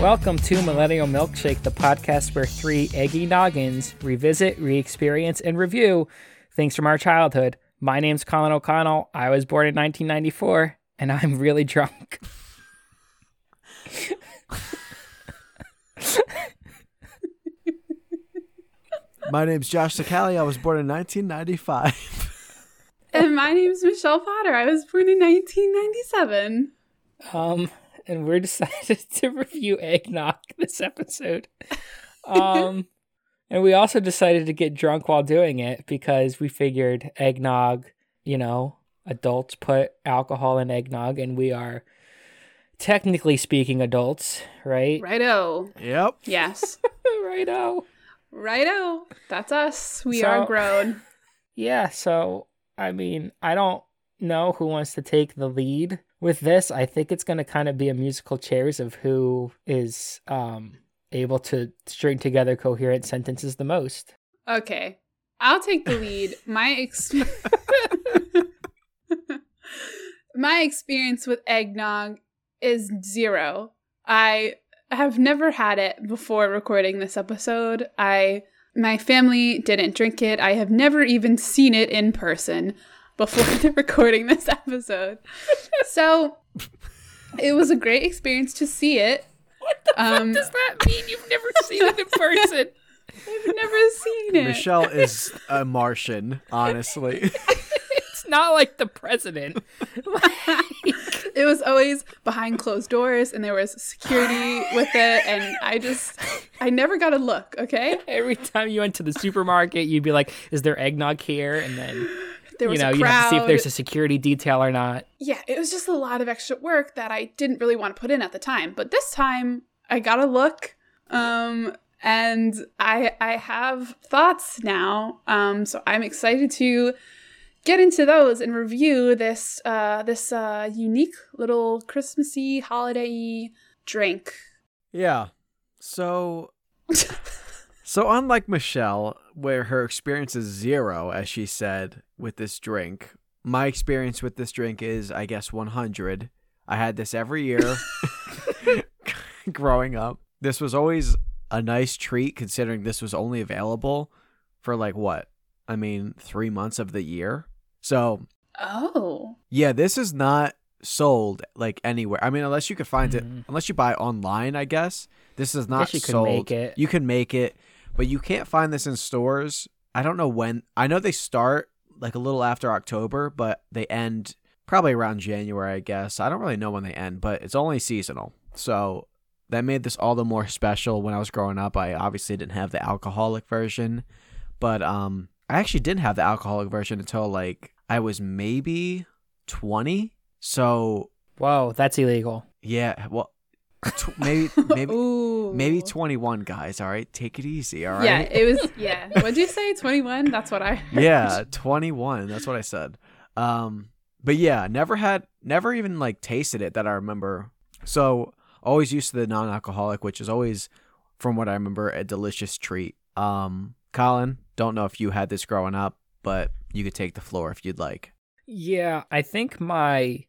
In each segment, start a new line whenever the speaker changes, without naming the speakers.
Welcome to Millennial Milkshake, the podcast where three eggy noggins revisit, re experience, and review things from our childhood. My name's Colin O'Connell. I was born in 1994, and I'm really drunk.
My name's Josh Sakali. I was born in 1995.
And my name's Michelle Potter. I was born in 1997.
Um, and we're decided to review eggnog this episode. Um, and we also decided to get drunk while doing it because we figured eggnog, you know, adults put alcohol in eggnog, and we are technically speaking adults, right?
Righto.
Yep.
Yes.
right oh.
Righto. That's us. We
So-
are grown.
Yeah, so I mean, I don't know who wants to take the lead with this. I think it's going to kind of be a musical chairs of who is um able to string together coherent sentences the most.
Okay. I'll take the lead. My ex- My experience with eggnog is zero. I have never had it before recording this episode. I my family didn't drink it. I have never even seen it in person before the recording this episode. So it was a great experience to see it.
What the
Um,
that mean? You've never seen it in person.
I've never seen it.
Michelle is a Martian, honestly.
It's not like the president.
it was always behind closed doors and there was security with it and i just i never got a look okay
Every time you went to the supermarket, you'd be like, "Is there eggnog here?" And then
there
you
was
know
a
you have to see if
crowd
there's a security detail or not.
yeah it was just a lot of extra work that i didn't really want to put in at the time but this time i got a look um and i i have thoughts now um so i'm excited to get into those and review this uh this uh unique little christmassy holiday drink
yeah. So, so unlike Michelle, where her experience is zero, as she said, with this drink, my experience with this drink is, I guess, 100. I had this every year growing up. This was always a nice treat considering this was only available for like what? I mean, three months of the year. So
oh
Yeah, this is not sold like anywhere. I mean, unless you could find it, unless you buy it online, I guess. This is not
Mm-hmm. Guess you could
sold.
make it.
You can make it, but you can't find this in stores. I don't know when. I know they start like a little after October, but they end probably around January, I guess. I don't really know when they end, but it's only seasonal. So that made this all the more special when I was growing up. I obviously didn't have the alcoholic version, but um I actually didn't have the alcoholic version until like I was maybe 20. So,
Whoa, that's illegal.
yeah, well tw- maybe maybe
Ooh.
maybe 21 guys, all right? Take it easy, all right?
Yeah, it was. Yeah. What'd you say? 21? That's what I. heard.
yeah 21 that's what i said um but yeah never had never even like tasted it that i remember so always used to the non-alcoholic which is always from what i remember a delicious treat um colin don't know if you had this growing up but you could take the floor if you'd like
Yeah, I think my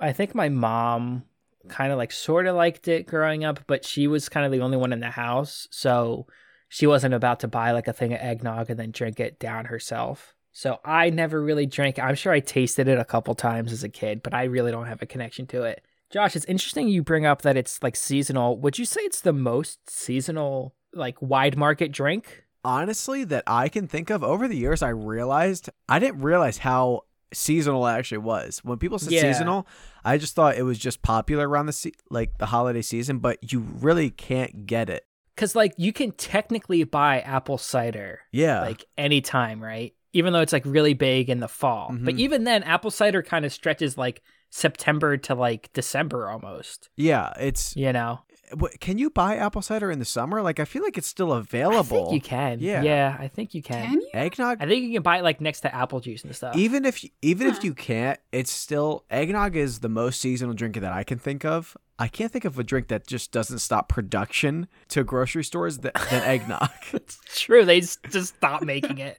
I think my mom kind of like sort of liked it growing up, but she was kind of the only one in the house, so she wasn't about to buy like a thing of eggnog and then drink it down herself. So I never really drank. I'm sure I tasted it a couple times as a kid, but I really don't have a connection to it. Josh, it's interesting you bring up that it's like seasonal. Would you say it's the most seasonal like wide market drink?
honestly that i can think of over the years i realized i didn't realize how seasonal it actually was when people said
Yeah.
seasonal i just thought it was just popular around the se- like the holiday season but you really can't get it
Cuz like you can technically buy apple cider
Yeah.
like anytime, right? Even though it's like really big in the fall. But
Mhm.
even then, apple cider kind of stretches like September to like December almost,
yeah, it's
you know?
w- can you buy apple cider in the summer? Like I feel like it's still
I
available.
think you can. Yeah.
Yeah.
I think you can.
Can you?
Eggnog
I think you can buy it like next to apple juice and stuff.
even if even
Huh.
if you can't, it's still eggnog is the most seasonal drink that I can think of. I can't think of a drink that just doesn't stop production to grocery stores that, than eggnog.
it's true. They s- just stop making it.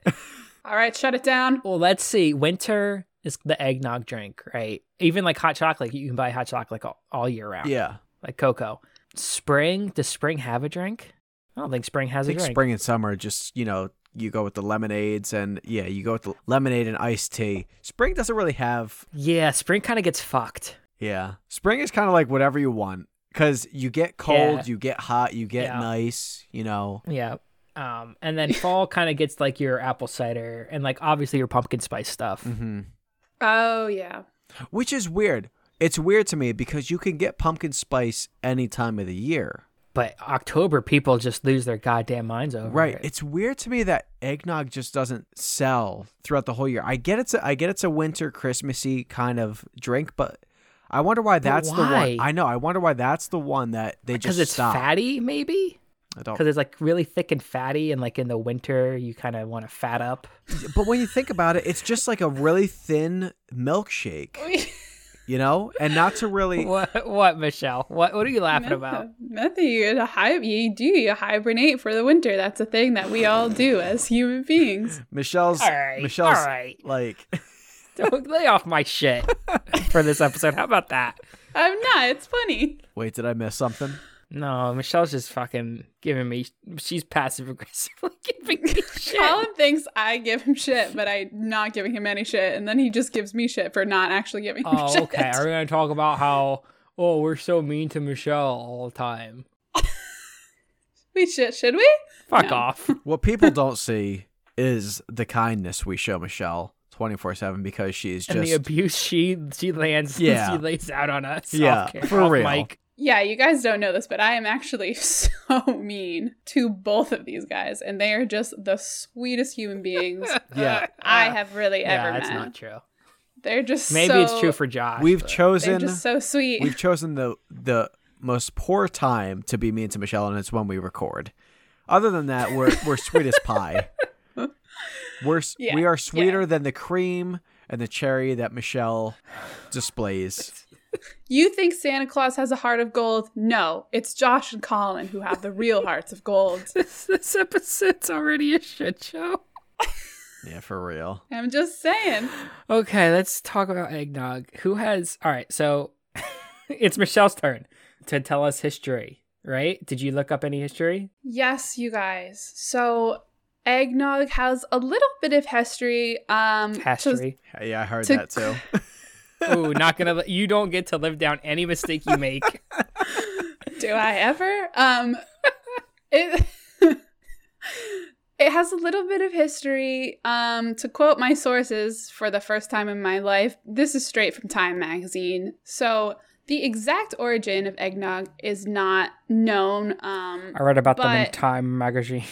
All right, shut it down.
Well, let's see. Winter is the eggnog drink, right? Even like hot chocolate, you can buy hot chocolate all, all year round,
yeah.
like cocoa. Spring? Does spring have a drink? I don't think spring
I
has a
think
drink.
spring and summer are just you know you go with the lemonades and yeah you go with the lemonade and iced tea. Spring doesn't really have
Yeah, spring kind of gets fucked.
yeah. Spring is kind of like whatever you want because you get cold,
Yeah.
you get hot, you get
Yeah.
nice. You know
Yeah. Um, and then fall kind of gets like your apple cider and like obviously your pumpkin spice stuff.
hmm
Oh yeah.
which is weird. It's weird to me because you can get pumpkin spice any time of the year.
But October people just lose their goddamn minds over.
Right.
it.
It's weird to me that eggnog just doesn't sell throughout the whole year. I get it's a, I get it's a winter Christmassy kind of drink, but I wonder why that's
why?
the one. I know. I wonder why that's the one that they
because
just
it's
stop.
fatty, maybe.
I don't.
Because it's like really thick and fatty, and like in the winter you kind of want to fat up.
But when you think about it, it's just like a really thin milkshake, you know, and not to really.
What? What, Michelle? What? What are you laughing
No-
about?
Nothing. You, hi- you do. You hibernate for the winter. That's a thing that we all do as human beings.
Michelle's
All right.
Michelle's
all right.
like
Don't lay off my shit for this episode. How about that?
I'm not. It's funny.
wait, did I miss something?
No, Michelle's just fucking giving me. She's passive aggressively giving me shit.
Colin thinks I give him shit, but I'm not giving him any shit, and then he just gives me shit for not actually giving him
Oh,
shit.
okay. Are we gonna talk about how? Oh, we're so mean to Michelle all the time.
We should should we?
Fuck
No.
off.
What people don't see is the kindness we show Michelle 24 7 because she is
and the
just.
abuse she she lands
Yeah.
she lays out on us.
Yeah,
off camera,
for
off
real.
mic.
Yeah, you guys don't know this, but I am actually so mean to both of these guys, and they are just the sweetest human beings
Yeah.
I have really
yeah,
ever
that's
met.
not true.
They're just
Maybe
so-
it's true for Josh.
We've
but-
They're
chosen.
just so sweet.
we've chosen the the most poor time to be mean to Michelle, and it's when we record. Other than that, we're we're sweet as pie. We're s
Yeah,
we are sweeter than the cream and the cherry that Michelle displays.
You think Santa Claus has a heart of gold? No, it's Josh and Colin who have the real hearts of gold.
this, this episode's already a shit show.
yeah, for real.
I'm just saying.
Okay, let's talk about eggnog. Who has? All right, so it's Michelle's turn to tell us history. Right? Did you look up any history?
Yes, you guys. So eggnog has a little bit of history.
Mm,
Um, to-
History.
Yeah, I heard
To-
that too.
Ooh, not gonna. let- You don't get to live down any mistake you make.
do I ever? Um, it. It has a little bit of history. Um, to quote my sources for the first time in my life, this is straight from Time magazine. So the exact origin of eggnog is not known. Um,
I read about them in
But-
Time magazine.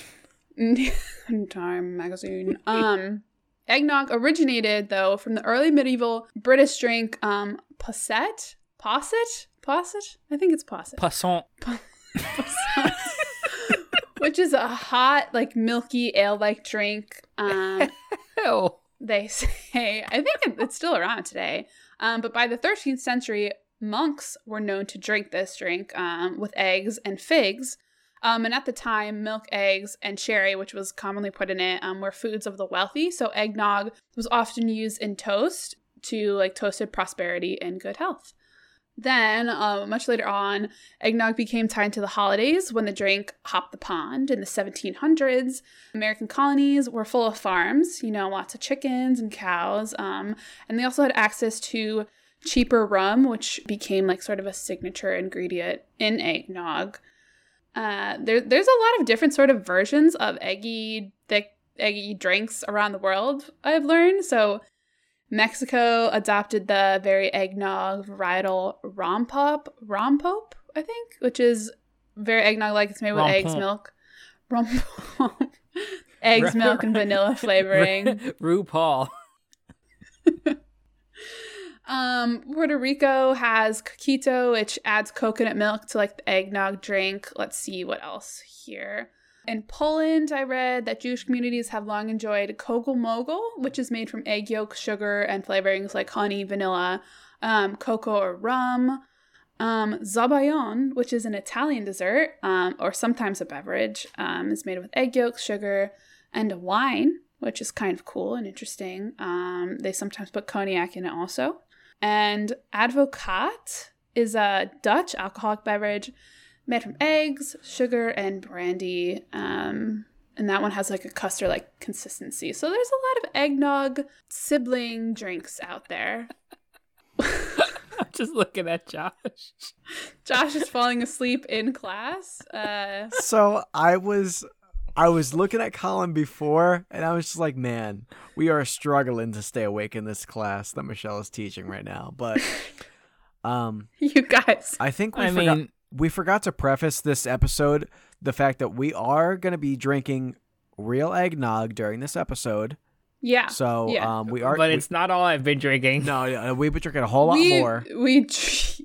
Time magazine. Um, eggnog originated though from the early medieval British drink um posset, posset, posset. I think it's posset,
Passant.
Posset. which is a hot like milky ale-like drink. Um,
Ew.
they say I think it- it's still around today. Um, but by the 13th century, monks were known to drink this drink um, with eggs and figs. Um, and at the time, milk, eggs, and sherry, which was commonly put in it, um, were foods of the wealthy. So eggnog was often used in toast to like toasted prosperity and good health. Then, uh, much later on, eggnog became tied to the holidays when the drink hopped the pond in the 1700s. American colonies were full of farms, you know, lots of chickens and cows. Um, and they also had access to cheaper rum, which became like sort of a signature ingredient in eggnog. Uh, there, there's a lot of different sort of versions of eggy, thick, eggy drinks around the world, I've learned. So Mexico adopted the very eggnog varietal rompop, rompop, I think, which is very eggnog like. It's made with eggs,
Rompop.
milk, rompop, eggs, milk, and vanilla flavoring.
RuPaul.
Um, Puerto Rico has coquito, which adds coconut milk to like the eggnog drink. Let's see what else here. In Poland, I read that Jewish communities have long enjoyed kogel mogel, which is made from egg yolk, sugar, and flavorings like honey, vanilla, um, cocoa, or rum. Um, zabayon, which is an Italian dessert um, or sometimes a beverage, um, is made with egg yolks, sugar, and wine, which is kind of cool and interesting. Um, they sometimes put cognac in it also. And advocaat is a Dutch alcoholic beverage made from eggs, sugar, and brandy. Um, and that one has like a custard like consistency. So there's a lot of eggnog sibling drinks out there.
I'm just looking at Josh.
Josh is falling asleep in class. Uh,
so I was I was looking at Colin before and I was just like, man, we are struggling to stay awake in this class that Michelle is teaching right now. But um
you guys,
I think we
I
forgot
mean,
we forgot to preface this episode the fact that we are gonna be drinking real eggnog during this episode.
yeah,
So
yeah.
um we are
but
we-
it's not all I've been drinking.
no, no, we've been drinking a whole lot
we,
more.
We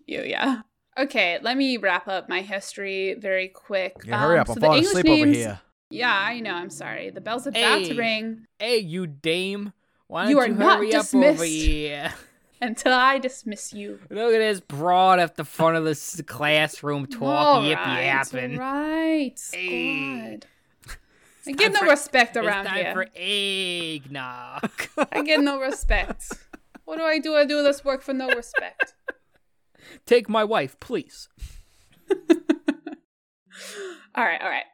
you, yeah. Okay, let me wrap up my history very quick.
Yeah, hurry
Um,
up, I'm
so the
falling
English
asleep over
names-
here.
Yeah, I know. I'm sorry. The bell's about
Hey.
to ring
Hey, you dame. Why don't
You
you,
are not
hurry up
dismissed.
over here?
until I dismiss you.
Look at this broad at the front of this classroom
All
talk, yip yapping.
All right.
Hey.
God. I
time
get no
for-
respect
It's
around
time
here.
for eggnog.
I get no respect. what do I do? I do this work for no respect.
Take my wife, please.
All right, all right.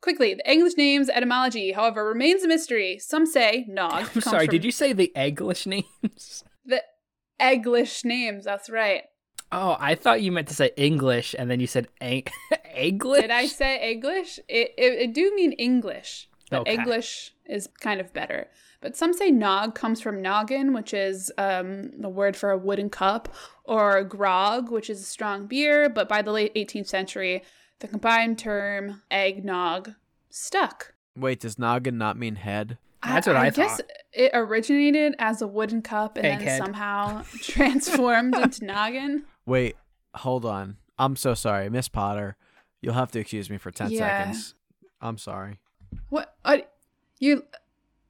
Quickly, the English name's etymology, however, remains a mystery. Some say nog.
I'm sorry, did you say the egglish names?
The English names, that's right.
Oh, I thought you meant to say English and then you said egg- egglish?
Did I say English? It, it, it do mean English, but
Okay.
English is kind of better. But some say nog comes from noggin, which is um, the word for a wooden cup, or grog, which is a strong beer. But by the late 18th century, the combined term eggnog stuck.
Wait, does noggin not mean head?
That's what I
guess
thought.
it originated as a wooden cup and then
Egghead.
somehow transformed into noggin.
Wait, hold on. I'm so sorry, Miss Potter. You'll have to excuse me for 10
Yeah.
seconds. I'm sorry.
What? Are, you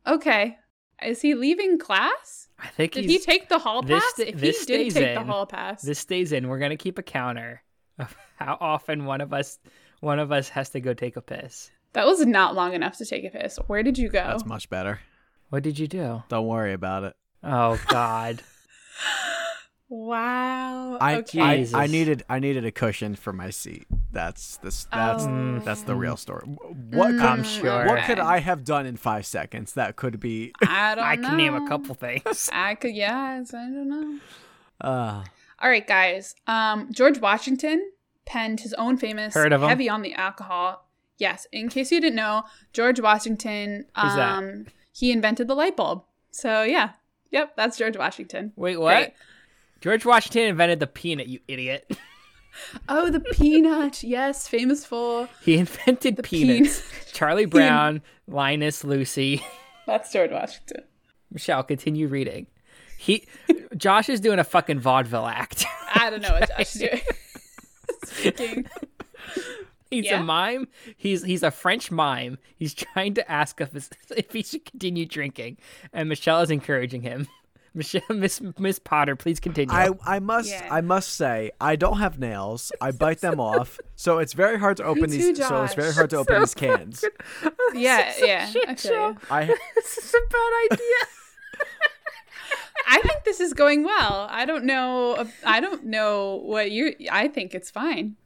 okay? Is he leaving class?
I think
Did
he's,
he take the hall
this
pass?
sta-
if
this
he did
stays
take the
in.
hall pass,
this stays in. We're gonna keep a counter of how often one of us one of us has to go take a piss.
that was not long enough to take a piss. Where did you go?
That's much better.
What did you do?
Don't worry about it.
Oh God.
wow.
I
okay.
I,
Jesus.
I needed I needed a cushion for my seat. That's this that's
Oh.
that's the real story. What
Mm,
could,
I'm sure.
what could
okay.
I have done in 5 seconds that could be
I don't
I
know.
can name a couple things.
I could. Yeah. I don't know.
uh
All right, guys. Um, George Washington penned his own famous
Heard of him?
"Heavy on the Alcohol." Yes. In case you didn't know, George Washington.
Who's that?
Um, he invented the light bulb. So yeah, yep, that's George Washington.
Wait, what?
Great.
George Washington invented the peanut, you idiot.
Oh, the peanut. Yes, famous for
He invented
the
peanuts.
peanut.
Charlie Brown, Linus, Lucy.
that's George Washington.
Michelle, continue reading. He Josh is doing a fucking vaudeville act.
I don't know what Josh is doing. Speaking.
He's
Yeah?
a mime. He's he's a French mime. He's trying to ask if his, if he should continue drinking, and Michelle is encouraging him. Michelle, Miss Miss Potter, please continue.
I I must
Yeah.
I must say I don't have nails. I bite them off. So it's very hard to open
too,
these so it's
Josh.
very hard to open these cans.
Yeah, yeah. I,
shit
feel you.
show.
I
this is a bad idea.
I think this is going well. I don't know. I don't know what you're. I think it's fine.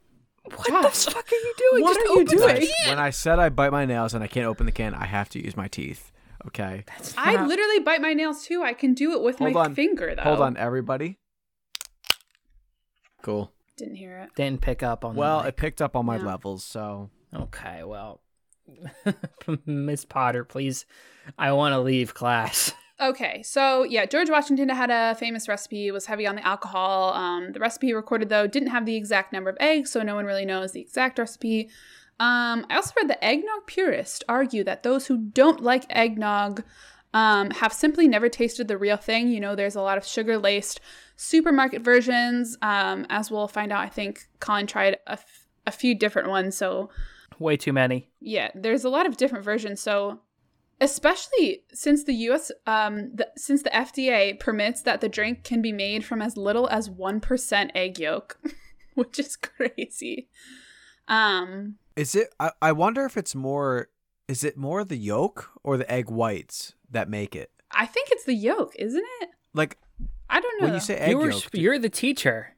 What
Josh,
the fuck are you doing?
what
Just
are you
open the
doing?
Guys,
can.
when I said I bite my nails and I can't open the can, I have to use my teeth. Okay.
I literally bite my nails too. I can do it with
Hold
my
on.
finger though.
Hold on, everybody. Cool.
Didn't hear it.
Didn't pick up on. the
Well,
mic.
it picked up on my
Yeah.
levels, so
okay. Well, Miss Potter, please, I want to leave class.
Okay, so yeah, George Washington had a famous recipe. was heavy on the alcohol. Um, the recipe recorded though didn't have the exact number of eggs, so no one really knows the exact recipe. Um, I also read the eggnog purists argue that those who don't like eggnog um, have simply never tasted the real thing. You know, there's a lot of sugar laced supermarket versions. Um, as we'll find out, I think Colin tried a, f- a few different ones, so
Way too many.
yeah, there's a lot of different versions. So, especially since the U.S. Um, the, since the FDA permits that the drink can be made from as little as one percent egg yolk, which is crazy. Um,
is it I, I wonder if it's more is it more the yolk or the egg whites that make it?
I think it's the yolk, isn't it?
Like
I don't know.
when you say egg
You were,
yolk,
you're the teacher.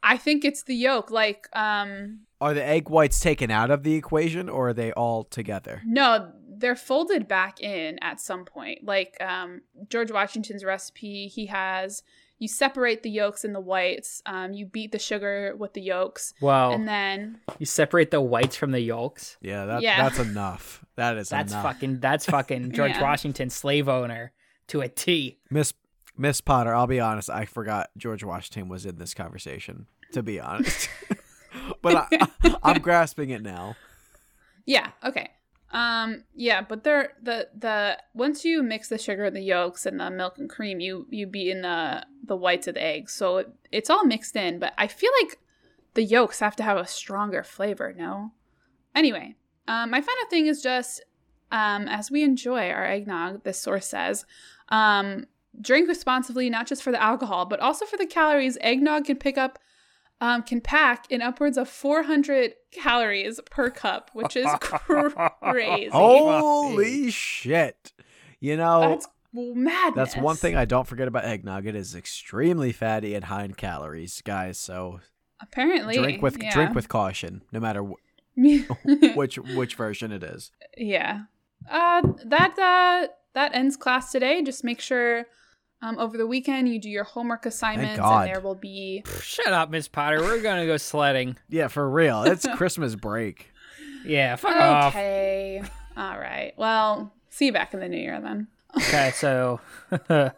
I think it's the yolk. Like, um,
Are the egg whites taken out of the equation or are they all together?
No, they're folded back in at some point. Like um, George Washington's recipe, he has you separate the yolks and the whites. Um, you beat the sugar with the yolks,
Wow.
and then
you separate the whites from the yolks.
Yeah, that,
Yeah.
that's enough. That is
That's
enough.
fucking that's fucking George
Yeah.
Washington slave owner to a T.
Miss Miss Potter, I'll be honest, I forgot George Washington was in this conversation, to be honest. but I, I'm grasping it now.
yeah, okay, um, yeah. But they're the the once you mix the sugar and the yolks and the milk and cream, you you beat in the the whites of the eggs, so it, it's all mixed in. But I feel like the yolks have to have a stronger flavor. No, anyway, um, my final thing is just um, as we enjoy our eggnog, this source says. Um, drink responsibly, not just for the alcohol, but also for the calories. Eggnog can pick up, um, can pack in upwards of 400 calories per cup, which is crazy.
Oh. Holy shit. You know,
that's madness.
That's one thing I don't forget about eggnog. It is extremely fatty and high in calories, guys. So
Apparently,
drink with
yeah.
drink with caution, no matter wh- which which version it is.
Yeah. Uh, that uh, that ends class today. Just make sure um, over the weekend you do your homework assignments,
God.
and there will be
Pff, Shut up, Miss Potter. We're gonna go sledding.
Yeah, for real. It's Christmas break.
Yeah, fuck off.
okay. All right. Well, see you back in the new year then.
Okay, so um,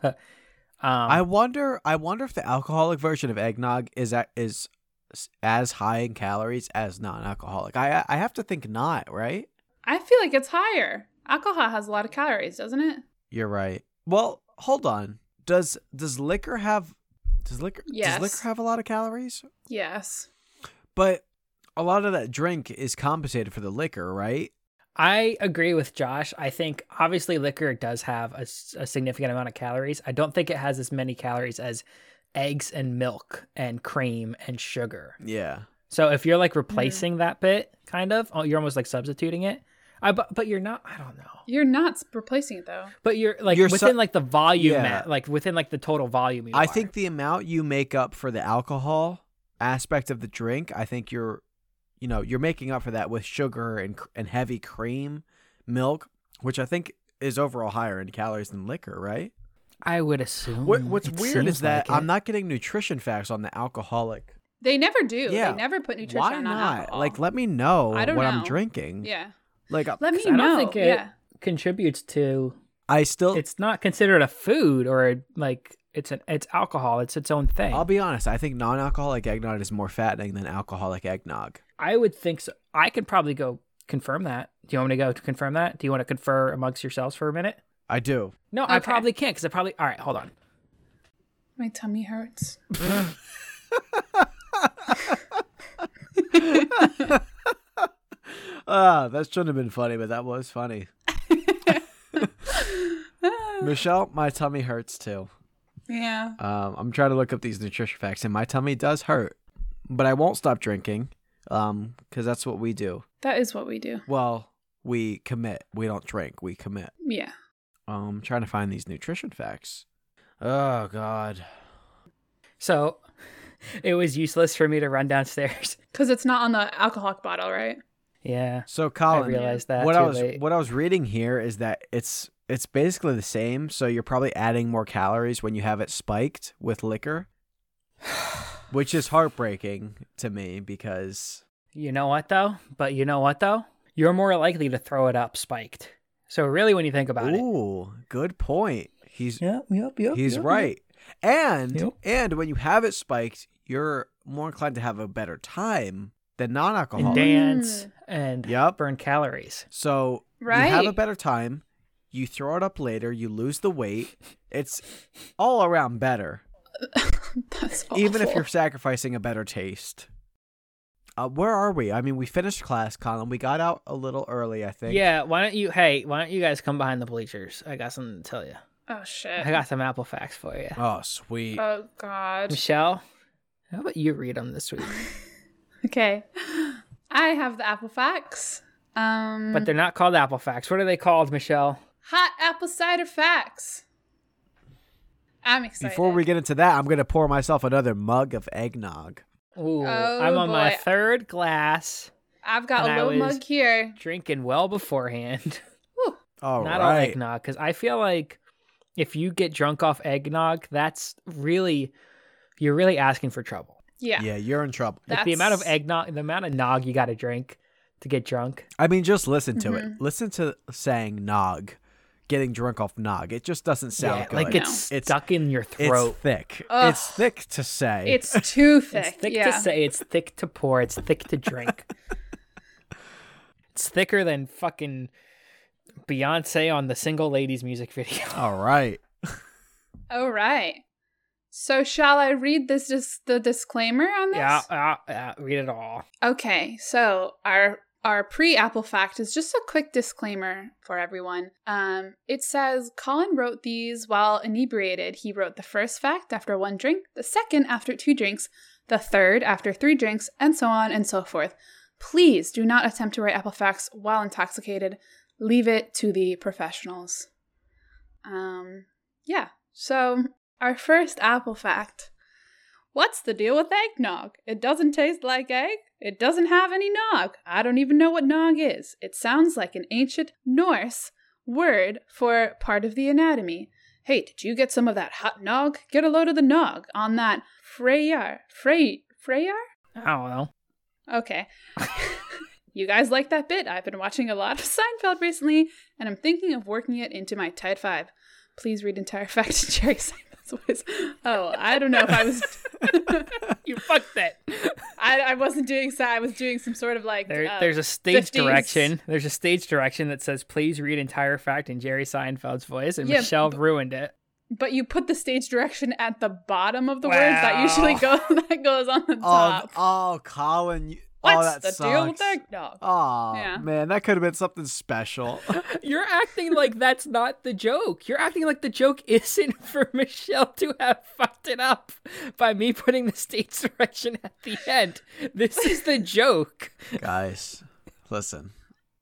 I wonder. I wonder if the alcoholic version of eggnog is a- is s- as high in calories as non-alcoholic. I I have to think not, right?
I feel like it's higher. Alcohol has a lot of calories, doesn't it?
You're right. Well, hold on. Does does liquor have does liquor
Yes.
does liquor have a lot of calories?
Yes.
But a lot of that drink is compensated for the liquor, right?
I agree with Josh. I think obviously liquor does have a, s- a significant amount of calories. I don't think it has as many calories as eggs and milk and cream and sugar.
Yeah.
So if you're like
Mm-hmm.
replacing that bit, kind of, oh, you're almost like substituting it. I, but but you're not. I don't know.
You're not s- replacing it though.
But you're like
You're
within
su-
like the volume,
Yeah.
at- like within like the total volume. you
I
are.
think the amount you make up for the alcohol aspect of the drink, I think you're, you know, you're making up for that with sugar and cr- and heavy cream, milk, which I think is overall higher in calories than liquor, right?
I would assume.
What, what's
Mm, It
weird is
seems
that
like it.
I'm not getting nutrition facts on the alcoholic.
They never do.
Yeah.
They never put nutrition
Why
on
not?
alcohol.
Like, let me know
I
what
don't
I'm
know.
drinking.
yeah.
Like, uh, I-
Let me
'Cause I
know.
don't think it-
yeah.
contributes to
I still,
it's not considered a food or a, like it's an it's alcohol. It's its own thing.
I'll be honest. I think non-alcoholic eggnog is more fattening than alcoholic eggnog.
I would think so. I could probably go confirm that. Do you want me to go to confirm that? Do you want to confer amongst yourselves for a minute?
I do.
No, I
Okay.
probably can't because I probably. All right, hold on.
My tummy hurts.
Ah, that shouldn't have been funny, but that was funny. Michelle, my tummy hurts too.
yeah.
Um, I'm trying to look up these nutrition facts, and my tummy does hurt, but I won't stop drinking, um, because that's what we do.
That is what we do.
Well, we commit. We don't drink. We commit.
Yeah.
Um, I'm trying to find these nutrition facts. Oh God.
So it was useless for me to run downstairs.
Because it's not on the alcoholic bottle, right?
Yeah,
So
I
Colin,
realized that.
Oh, what
too
I was
late.
what I was reading here is that it's it's basically the same. So you're probably adding more calories when you have it spiked with liquor, which is heartbreaking to me because
You know what though? But you know what though? You're more likely to throw it up spiked. So really, when you think about it,
ooh, good point. He's
yep, yep, yep.
he's
yep, yep.
right. And
Yep.
and when you have it spiked, you're more inclined to have a better time than non-alcoholic.
And dance and
Yep.
burn calories.
So you have a
Right.
better time. You throw it up later. You lose the weight. It's all around better.
That's awful.
even if you're sacrificing a better taste. Uh, where are we? I mean, we finished class, Colin. We got out a little early, I think.
Yeah, why don't you? Hey, why don't you guys come behind the bleachers? I got something to tell you.
Oh shit.
I got some apple facts for you,
Oh, sweet.
Oh god.
Michelle. How about you read them this week?
Okay. I have the apple facts. Um
But they're not called apple facts. What are they called, Michelle?
hot apple cider facts. I'm excited.
Before we get into that, I'm gonna pour myself another mug of eggnog.
Ooh,
Oh,
I'm on my
boy.
third glass,
I've got
And I
a little
was-
mug here.
drinking well beforehand.
All right.
Not all eggnog, because I feel like if you get drunk off eggnog, that's really you're really asking for trouble.
Yeah.
Yeah, you're in trouble.
Like the amount of
That's-
eggnog, the amount of nog you got to drink to get drunk.
I mean, just listen to
Mm-hmm.
it. Listen to saying nog, getting drunk off nog. It just doesn't sound
Yeah,
good.
like
No.
it's,
It's-
stuck in your
It's
throat.
thick.
Ugh.
It's thick to say.
It's too thick.
It's thick
yeah.
to say. It's thick to pour. It's thick to drink. it's thicker than fucking Beyonce on the single ladies music video.
all right.
All right. So shall I read this dis- the disclaimer on this?
yeah, yeah, yeah, read it all.
Okay, so our our pre-Apple fact is just a quick disclaimer for everyone. Um, it says Colin wrote these while inebriated. He wrote the first fact after one drink, the second after two drinks, the third after three drinks, and so on and so forth. Please do not attempt to write Apple facts while intoxicated. Leave it to the professionals. Um, yeah. So our first Apple fact. What's the deal with eggnog? It doesn't taste like egg. It doesn't have any nog. I don't even know what nog is. It sounds like an ancient Norse word for part of the anatomy. Hey, did you get some of that hot nog? Get a load of the nog on that Freyjar. Frey Freyjar?
I don't know.
Okay. you guys like that bit? I've been watching a lot of Seinfeld recently, and I'm thinking of working it into my Tide 5. Please read entire fact in Jerry Seinfeld's voice. Oh, I don't know if I was.
You fucked that.
I, I wasn't doing so. I was doing some sort of like.
There,
uh,
there's a stage
50s.
direction. There's a stage direction that says, "Please read entire fact in Jerry Seinfeld's voice," and
Yeah,
Michelle ruined it.
but you put the stage direction at the bottom of the words. That usually
Wow.
goes. That goes on the
Oh,
top.
oh, Colin. You, oh,
What's
that
the
sucks.
deal with that dog?
Oh
Yeah.
man, that could have been something special.
You're acting like that's not the joke. You're acting like the joke isn't for Michelle to have fucked it up by me putting the stage direction at the end. This is the joke.
Guys, listen.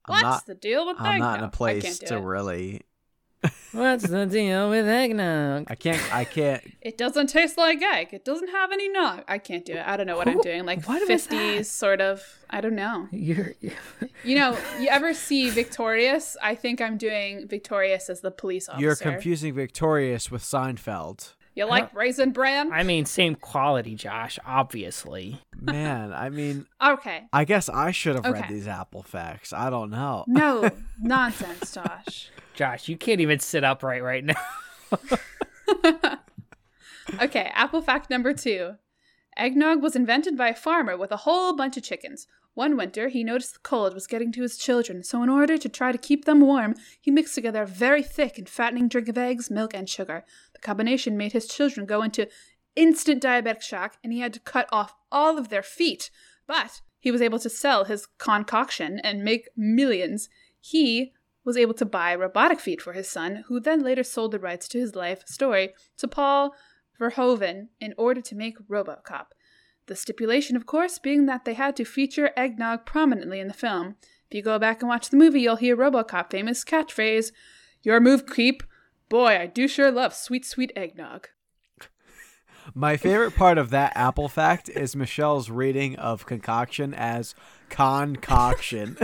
What's
I'm not,
the deal with that
I'm not in a
dog? I
place
can't do
to
it.
really.
What's the deal with eggnog?
I can't. I can't.
It doesn't taste like egg. It doesn't have any nog. I can't do it. I don't know what I'm
Who-
doing. Like
what was that?
50s, sort of. I don't know.
You're
You know, you ever see Victorious? I think I'm doing Victorious as the police officer.
You're confusing Victorious with Seinfeld.
You like Raisin Bran?
I mean same quality, Josh, obviously.
Man, I mean,
Okay.
I guess I should have read
Okay.
these Apple facts. I don't know.
No nonsense, Josh.
Josh, you can't even sit upright right now.
Okay, apple fact number two. Eggnog was invented by a farmer with a whole bunch of chickens. One winter, he noticed the cold was getting to his children, so in order to try to keep them warm, he mixed together a very thick and fattening drink of eggs, milk, and sugar. The combination made his children go into instant diabetic shock, and he had to cut off all of their feet. But he was able to sell his concoction and make millions. He was able to buy robotic feet for his son, who then later sold the rights to his life story to Paul Verhoeven in order to make Robocop. The stipulation, of course, being that they had to feature eggnog prominently in the film. If you go back and watch the movie, you'll hear Robocop famous catchphrase, "Your move, creep. Boy, I do sure love sweet, sweet eggnog."
My favorite part of that Apple fact is Michelle's reading of concoction as concoction.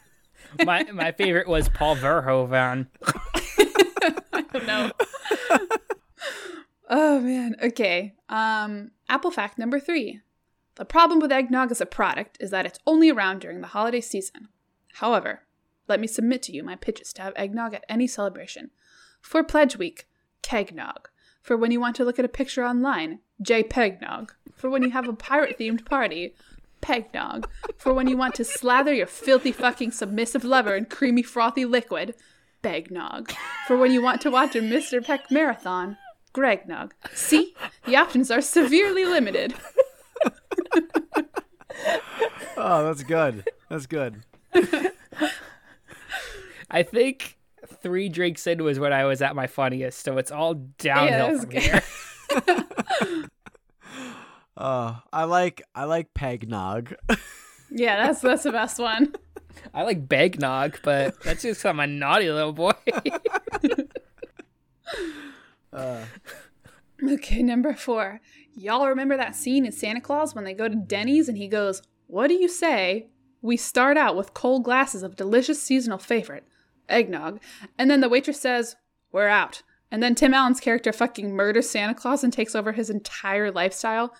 My my favorite was Paul Verhoeven.
no. oh man. Okay. Um apple fact number 3. The problem with eggnog as a product is that it's only around during the holiday season. However, let me submit to you my pitches to have eggnog at any celebration. For pledge week, kegnog. For when you want to look at a picture online, jpegnog. For when you have a pirate themed party, pegnog. For when you want to slather your filthy fucking submissive lover in creamy frothy liquid, Begnog. For when you want to watch a Mr. Peck marathon, Gregnog. See? The options are severely limited.
oh, that's good. That's good.
I think three drinks in was when I was at my funniest, so it's all downhill
Yeah, it was
from
good.
here.
Uh, I like I like Pegnog.
Yeah, that's that's the best one.
I like Begnog, but that's just I'm a naughty little boy.
Uh,
Okay, number four. Y'all remember that scene in Santa Claus when they go to Denny's and he goes, What do you say? We start out with cold glasses of delicious seasonal favorite, eggnog, and then the waitress says, We're out. And then Tim Allen's character fucking murders Santa Claus and takes over his entire lifestyle.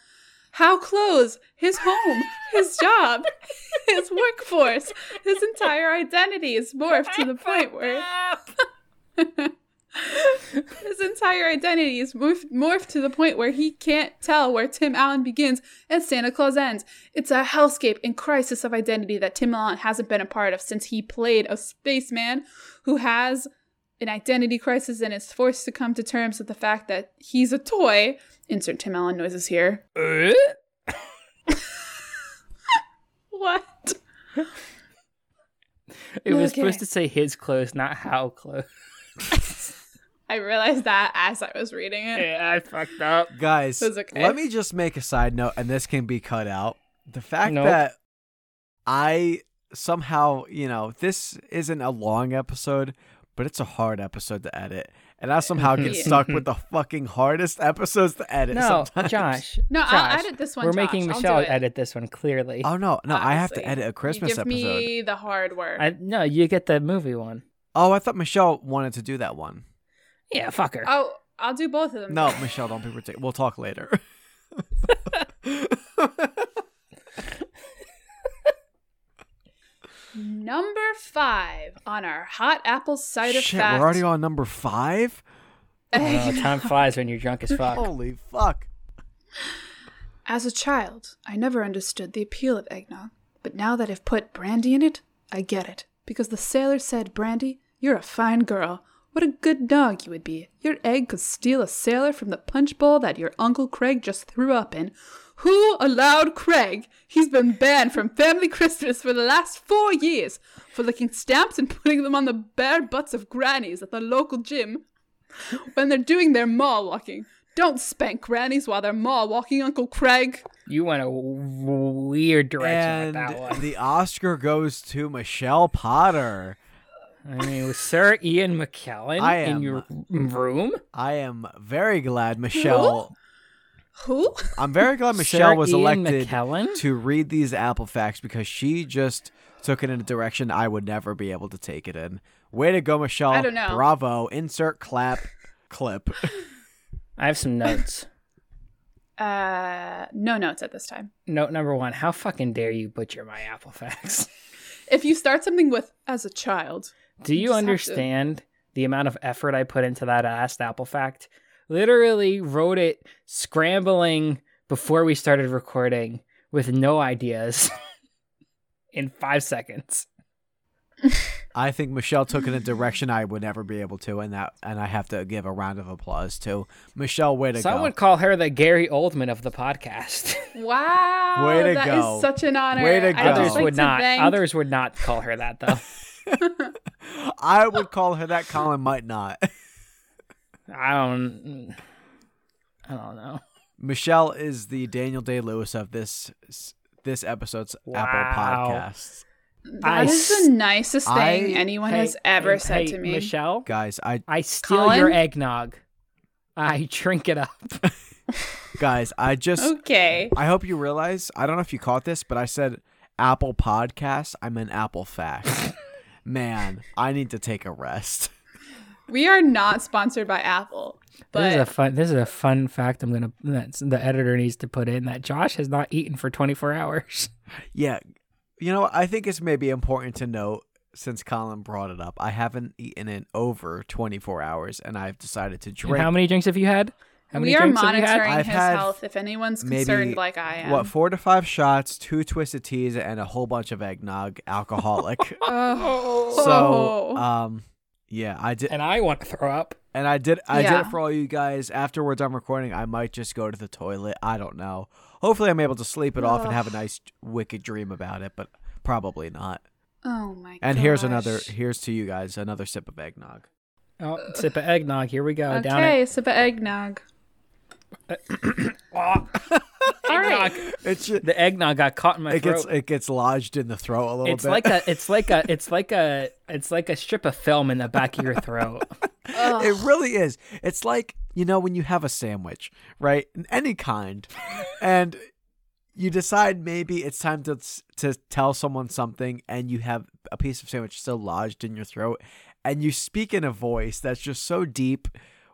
How close his home, his job, his workforce, his entire identity is morphed to the point where his entire identity is morphed, morphed to the point where he can't tell where Tim Allen begins and Santa Claus ends. It's a hellscape and crisis of identity that Tim Allen hasn't been a part of since he played a spaceman who has an identity crisis and is forced to come to terms with the fact that he's a toy. Insert Tim Allen noises here.
Uh,
What?
It was
Okay.
supposed to say his clothes, not how close.
I realized that as I was reading it.
yeah, I fucked up.
Guys,
That's okay.
let me just make a side note, and this can be cut out. The fact
Nope.
that I somehow, you know, this isn't a long episode, but it's a hard episode to edit. And I somehow get
Eh, Yeah.
stuck with the fucking hardest episodes to edit.
No,
sometimes.
Josh.
No,
Josh,
I'll edit this one.
We're
Josh.
making
I'll
Michelle
do it.
edit this one clearly.
Oh no, no! I have to
Obviously.
edit a Christmas
you give
episode.
me the hard work.
I, no, you get the movie one.
Oh, I thought Michelle wanted to do that one.
Yeah, fuck her.
Oh, I'll do both of them.
No, Michelle, don't be ridiculous. We'll talk later.
Number five on our hot apple cider
Shit,
fact.
we're already on number five.
Uh, time flies when you're drunk as fuck.
Holy fuck!
As a child, I never understood the appeal of eggnog, but now that I've put brandy in it, I get it. Because the sailor said, Brandy, you're a fine girl. What a good dog you would be. Your egg could steal a sailor from the punch bowl that your Uncle Craig just threw up in. Who allowed Craig? He's been banned from family Christmas for the last four years for licking stamps and putting them on the bare butts of grannies at the local gym when they're doing their mall walking. Don't spank grannies while they're mall walking, Uncle Craig.
You went a w- weird direction
And
with that one.
the Oscar goes to Michelle Potter.
I mean, with Sir Ian McKellen
I
in
am-
your room,
I am very glad Michelle.
Who?
I'm very glad
Sir
Michelle was
Ian
elected
McKellen?
to read these Apple facts because she just took it in a direction I would never be able to take it in. Way to go, Michelle!
I don't know.
Bravo! Insert clap clip.
I have some notes.
Uh, no notes at this time.
Note number one: How fucking dare you butcher my Apple facts?
If you start something with as a child,
Do
You
you
just have to-
understand the amount of effort I put into that last Apple fact? Literally wrote it scrambling before we started recording with no ideas in five seconds.
I think Michelle took it in a direction I would never be able to, and that and I have to give a round of applause to Michelle. Way to
So I
go!
would call her the Gary Oldman of the podcast.
wow,
Way to
that is
go.
such an honor.
Way to
I'd
go.
just
Others
like
would
to
not.
thank-
Others would not call her that though.
I would call her that. Colin might not.
I don't. I don't know.
Michelle is the Daniel Day Lewis of this this episode's Apple
Wow.
podcast.
I
That is
s-
the nicest thing
I-
anyone
Hey,
has ever
hey,
said to me.
Michelle.
Guys, I
I steal
Colin?
your eggnog. I drink it up.
guys, I just
Okay,
I hope you realize I don't know if you caught this, but I said Apple podcast. I meant Apple facts. Man, I need to take a rest.
we are not sponsored by Apple,
this is a
but
fun. This is a fun fact. I'm gonna. That's, the editor needs to put in that Josh has not eaten for 24 hours.
Yeah, you know, I think it's maybe important to note since Colin brought it up. I haven't eaten in over 24 hours, and I've decided to
And
drink.
how many drinks have you had? How many
we are
drinks have you had?
monitoring
I've
his
had
health. If anyone's
maybe,
concerned, like I am,
What four to five shots, two twisted teas, and a whole bunch of eggnog, alcoholic.
Oh,
so, um, yeah, I did,
And I want to throw up.
and I did, I did
Yeah.
it for all you guys. After we're done recording, I might just go to the toilet. I don't know. Hopefully, I'm able to sleep it off and have a nice, wicked dream about it, but probably not.
oh my.
And here's another.
gosh.
Here's to you guys, another sip of eggnog.
Oh, sip of eggnog. Here we
Oh,
go. Down it.
Okay, sip of eggnog.
Oh,
All right.
It's
the eggnog got caught in my
it
throat.
gets it gets lodged in the throat a little
it's
bit.
like a it's like a it's like a it's like a strip of film in the back of your throat
it really is. It's like you you know, when you have a sandwich, right, in any kind, and you decide maybe it's time to to tell someone something, and you have a piece of sandwich still lodged in your throat, and you speak in a voice that's just so deep,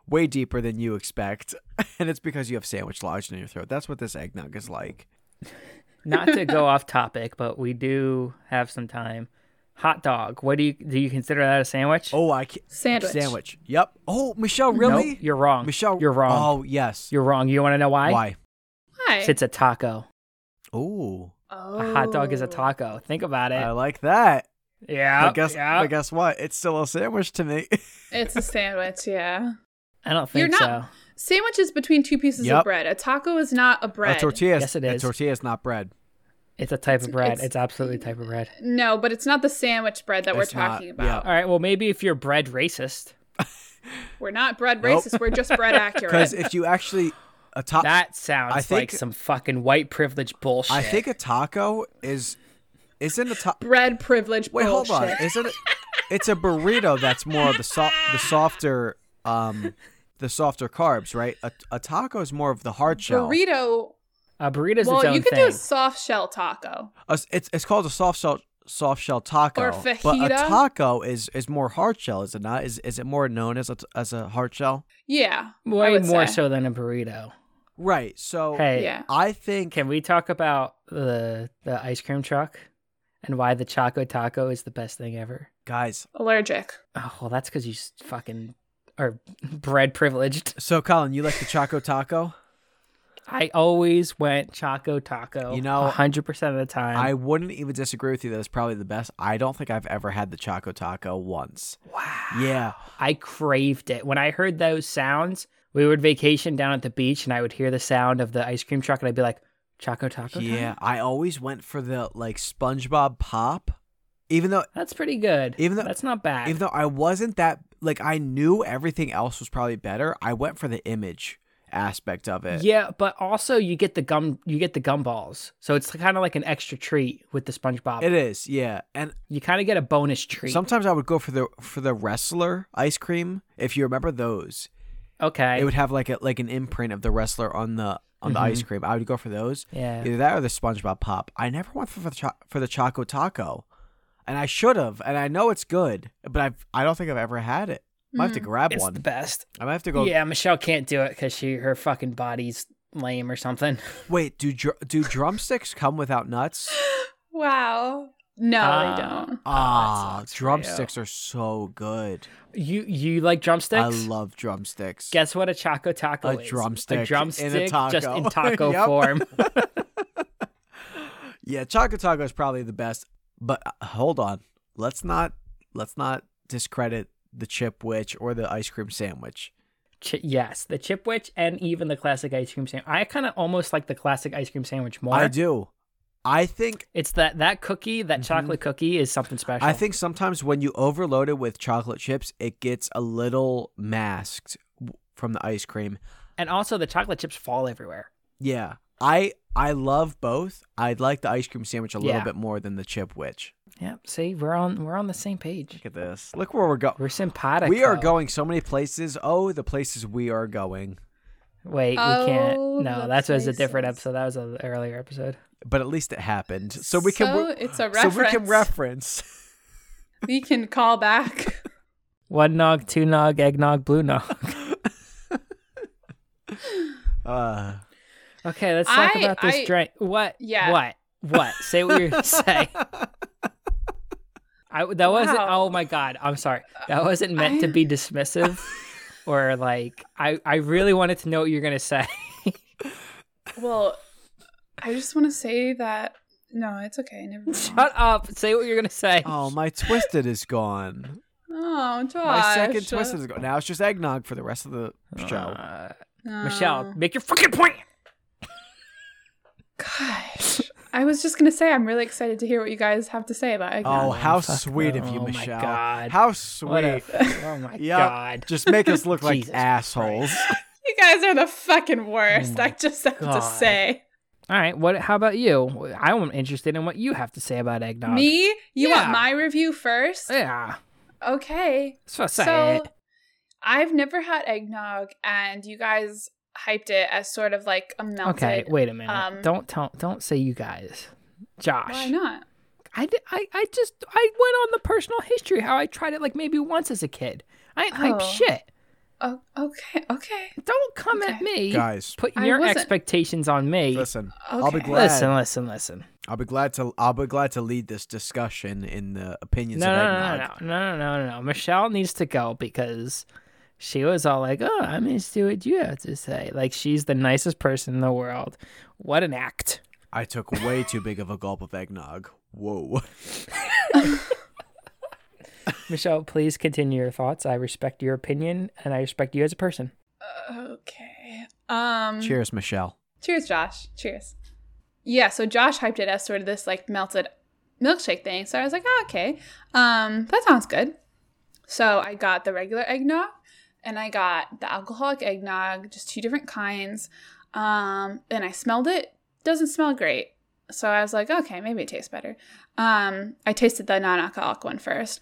way deeper than you expect, and it's because you have sandwich lodged in your throat. That's what this eggnog is like.
Not to go off topic, but we do have some time. Hot dog. What do you do? You consider that a sandwich?
Oh, I can-
Sandwich.
sandwich. Yep. Oh, Michelle, really?
Nope, you're wrong.
Michelle,
you're wrong.
Oh, yes.
You're wrong. You want to know why?
Why?
Why?
It's a taco.
Oh,
A hot dog is a
Oh.
taco. Think about it.
I like that.
yeah.
but guess,
yeah.
but guess what? It's still a sandwich to me.
It's a sandwich, yeah.
I don't
You're
think
not-
so.
Sandwich is between two pieces
Yep.
of bread. A taco is not a bread.
A tortilla.
Yes, it is.
A tortilla is not bread.
It's a type of bread. It's,
it's-
absolutely a type of bread.
No, but it's not the sandwich bread that
It's
we're talking
not,
about.
All right. Well, maybe if you're bread racist,
We're not bread
Nope.
racist. We're just bread accurate.
Because if you actually a ta-
that sounds
I
like
think-
some fucking white privilege bullshit.
I think a taco is isn't a ta-
bread privilege
Wait,
bullshit.
hold on. Isn't it? It's a burrito that's more of the soft, the softer, um, the softer carbs, right? A, a taco is more of the hard shell.
Burrito.
a burrito's its
well,
own
you could
thing.
do a soft shell taco.
A s- it's it's called a soft shell soft shell taco.
Or
But a
fajita.
taco is is more hard shell, is it not? Is is it more known as a t- as a hard shell?
Yeah. I
Way
would
more
say.
so than a burrito.
Right. So
Hey,
Yeah.
I think
can we talk about the the ice cream truck and why the Choco Taco is the best thing ever?
guys.
Allergic.
Oh, well, that's because you s- fucking are bread privileged.
So Colin, you like the Choco Taco?
I always went Choco Taco.
You know,
100% of the time.
I wouldn't even disagree with you that it's probably the best. I don't think I've ever had the Choco Taco once.
Wow.
Yeah.
I craved it. When I heard those sounds, we would vacation down at the beach and I would hear the sound of the ice cream truck and I'd be like, Choco Taco? time?
Yeah. I always went for the like SpongeBob pop. Even though
That's pretty good.
Even though-
That's not bad.
even though I wasn't that like I knew everything else was probably better, I went for the image aspect of it.
yeah, but also you get the gum you get the gumballs. So it's kind of like an extra treat with the SpongeBob.
It is, yeah. And
you kind of get a bonus treat.
sometimes I would go for the for the wrestler ice cream, if you remember those.
okay.
It would have like a like an imprint of the wrestler on the on the
Mm-hmm.
ice cream. I would go for those.
yeah.
Either that or the SpongeBob pop. I never went for, for the cho- for the Choco Taco, and I should have. And I know it's good, but I've I don't think I've ever had it. I might
Mm.
have to grab
Mm. It's
one.
the best.
I might have to go.
Yeah, Michelle can't do it because she her fucking body's lame or something.
Wait, do dr- do drumsticks come without nuts?
Wow. No,
Uh,
they don't.
Ah,
sucks for
drumsticks are so good.
You you like drumsticks?
I love drumsticks.
Guess what a choco taco
A
is?
drumstick
A drumstick
in a
just
taco.
in taco
Yep.
form.
yeah, Choco Taco is probably the best. But uh, hold on, let's not let's not discredit the chip witch or the ice cream sandwich.
Ch- yes, the chipwich and even the classic ice cream sandwich. I kind of almost like the classic ice cream sandwich more.
I do. I think
It's that that cookie, that
Mhm.
chocolate cookie, is something special.
I think sometimes when you overload it with chocolate chips, it gets a little masked w- from the ice cream.
and also the chocolate chips fall everywhere.
Yeah. I I love both. I like the ice cream sandwich a little
Yeah.
bit more than the chip witch.
Yep. See, we're on we're on the same page.
Look at this. Look where we're going.
We're simpatico.
We are going so many places. Oh, the places we are going.
Wait, we
Oh,
can't. No,
that's
that was a different
racist.
episode. That was an earlier episode.
But at least it happened. So we can
So it's
so
a reference.
we can reference.
We can call back.
One nog, two nog, eggnog, blue nog.
Uh
Okay, let's talk
I-
about this
I-
drink. What?
Yeah.
What? What? Say what you're gonna say. I that wasn't.
Wow.
Oh my god. I'm sorry. That wasn't meant to
I-
be dismissive, or like I. I really wanted to know what you're gonna say.
well, I just want to say that. No, it's okay. Never mind.
Shut up. Say what you're gonna say.
oh, my twisted is gone.
Oh, Josh.
My second twisted is gone. Now it's just eggnog for the rest of the show.
Uh,
No.
Michelle, make your fucking point.
Gosh. I was just going to say, I'm really excited to hear what you guys have to say about
Oh,
eggnog.
how
fuck
sweet
no.
of you,
Oh my
Michelle.
God.
How
What a,
sweet.
oh my
Yep.
god.
Just make us look like
Jesus
assholes.
You guys are the fucking worst.
my
I just have
God.
to say.
All right. What? How about you? I'm interested in what you have to say about eggnog.
Me? You
Yeah.
want my review first?
Yeah.
Okay.
So say
so
it.
I've never had eggnog, and you guys hyped it as sort of like a melted.
Okay, wait a minute.
um,
don't tell. Don't say you guys.
Why
Josh,
not?
I, di- I, I just I went on the personal history how I tried it like maybe once as a kid. I ain't hype
Oh.
shit.
Oh, okay, okay,
Don't come at
Okay.
me.
guys.
Put
I
your
wasn't-
expectations on me. Listen,
Listen,
okay.
I'll be glad.
listen, listen. listen.
I'll be glad to. I'll be glad to lead this discussion in the opinions
No,
of
no,
eggnog.
no, no, no, no, no, no, no. Michelle needs to go because she was all like, "Oh, I'm gonna see what you have to say." Like she's the nicest person in the world. What an act!
I took way too big of a gulp of eggnog. Whoa.
Michelle, please continue your thoughts. I respect your opinion and I respect you as a person.
Okay.
Mm.
Um.
Cheers, Michelle.
Cheers, Josh. Cheers. Yeah, so Josh hyped it as sort of this like melted milkshake thing. So I was like, oh, okay, um, that sounds good. So I got the regular eggnog and I got the alcoholic eggnog, just two different kinds. Um, and I smelled it. Doesn't smell great. So I was like, okay, maybe it tastes better. Um, I tasted the non alcoholic one first.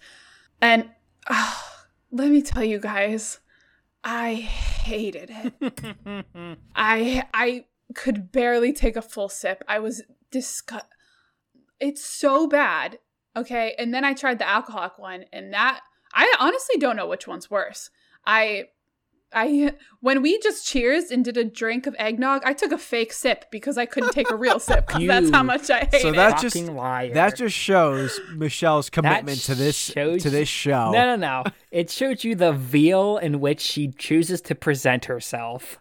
And ah, let me tell you guys, I hated it. I I could barely take a full sip. I was disgust. It's so bad. Okay, and then I tried the alcoholic one, and that I honestly don't know which one's worse. I I when we just cheers and did a drink of eggnog, I took a fake sip because I couldn't take a real sip. 'cause that's how
You-
much I hate
So
it.
that
Fucking
just-
liar.
That just shows Michelle's commitment to this
shows
to
you-
this show.
no, no, no. It showed you the veil in which she chooses to present herself.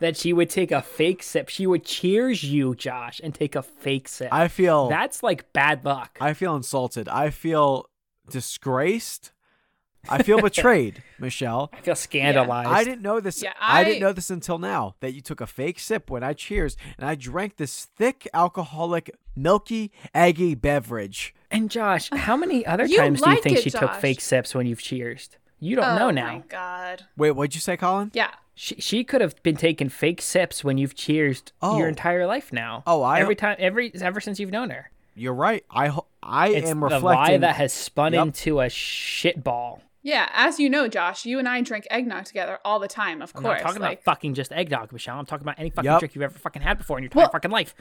that she would take a fake sip. She would cheers you, Josh, and take a fake sip.
I feel
That's like bad luck.
I feel insulted. I feel disgraced. I feel betrayed, Michelle.
I feel scandalized.
I didn't know this.
Yeah,
I...
I-
didn't know this until now that you took a fake sip when I cheers and I drank this thick alcoholic milky eggy beverage.
And Josh, how many other
You
times do you
like
think
it,
she took
Josh.
fake sips when you've cheersed? You don't know
Oh
now.
my god.
Wait, what'd you say, Colin?
Yeah.
She, she could have been taking fake sips when you've cheersed
Oh.
your entire life now.
Oh, I-
every time every ever since you've known her.
You're right. I ho- I
It's
am
the lie
reflecting.
that has spun
Yep.
into a shit ball.
Yeah, as you know, Josh, you and I drink eggnog together all the time, of
I'm
course.
not talking
like,
about fucking just eggnog, Michelle. I'm talking about any fucking
Yep.
drink you've ever fucking had before in your entire
Well,
fucking life.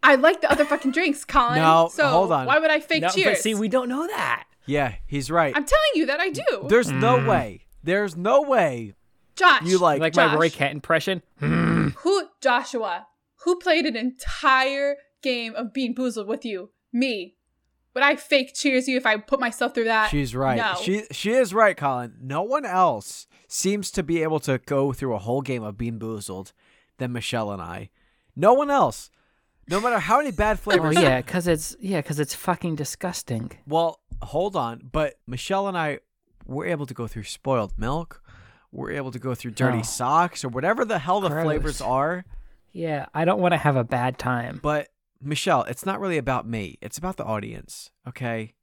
I like the other fucking drinks, Colin.
No,
so
hold on.
Why would I fake
No,
cheers?
But see, we don't know that.
yeah, he's right.
I'm telling you that I do.
There's no way. There's no way
Josh,
you like.
Like my
Josh.
Roy Kent impression.
who Joshua, who played an entire game of Bean Boozled with you, me. Would I fake cheers you if I put myself through that?
She's right.
No.
She she is right, Colin. No one else seems to be able to go through a whole game of Bean Boozled than Michelle and I. No one else. No matter how many bad
Oh
flavors.
yeah, because it's yeah, because it's fucking disgusting.
Well, hold on. But Michelle and I were able to go through spoiled milk. We're able to go through dirty
No.
socks or whatever the hell the
Oh. Gross.
flavors are.
Yeah, I don't want to have a bad time.
But Michelle, it's not really about me. It's about the audience. Okay.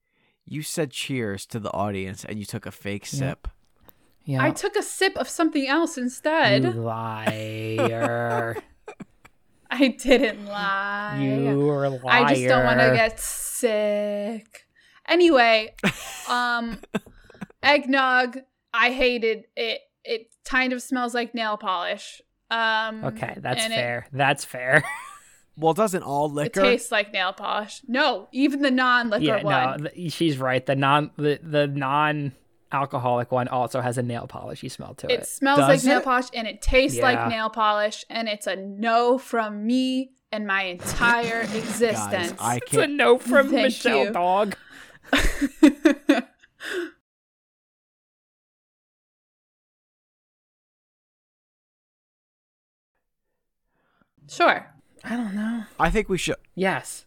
You said cheers to the audience and you took a fake
Yeah.
sip.
Yeah.
I took a sip of something else instead.
You liar.
I didn't lie.
you are a liar.
I just don't want to get sick. Anyway, um, eggnog. I hated it. It kind of smells like nail polish. Um,
Okay, that's
and it-
fair. That's fair.
Well, doesn't all
It,
liquor?
tastes like nail polish. No, even the non-liquor
yeah,
one.
no, th- she's right. The non the, the non alcoholic one also has a nail polishy smell to it.
It smells
Does
like nail
it?
polish and it tastes like
Yeah.
nail polish, and it's a no from me and my entire
Guys,
existence.
I
It's a
can't.
no from
Thank
Michelle
you.
Dog.
sure.
I don't know.
I think we should.
Yes.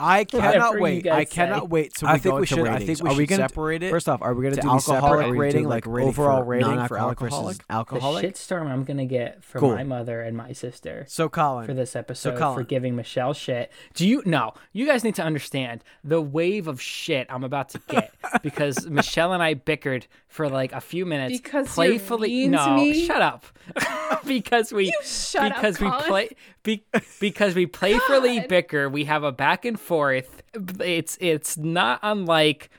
I
Whatever
cannot
you
wait.
guys
I cannot
say.
wait. So
I
we
think
go
we
into
should- I
Ratings.
think we
Are we
should
gonna
separate it?
First off, are we going
to
to do
alcoholic
alcoholic
rating,
rating,
like
like
rating
overall
for
rating for
non-alcoholic
alcoholic versus
versus
The
alcoholic?
shitstorm I'm gonna get from
Cool.
my mother and my sister.
So Colin,
for this episode for
Colin-
giving Michelle shit. Do you no? You guys need to understand the wave of shit I'm about to get because Michelle and I bickered for like a few minutes.
Because you're
playfully,
mean to
no,
me?
shut up. because we
shut up,
because we
Colin.
play be, because we playfully
God.
bicker. We have a back and forth. It's it's not unlike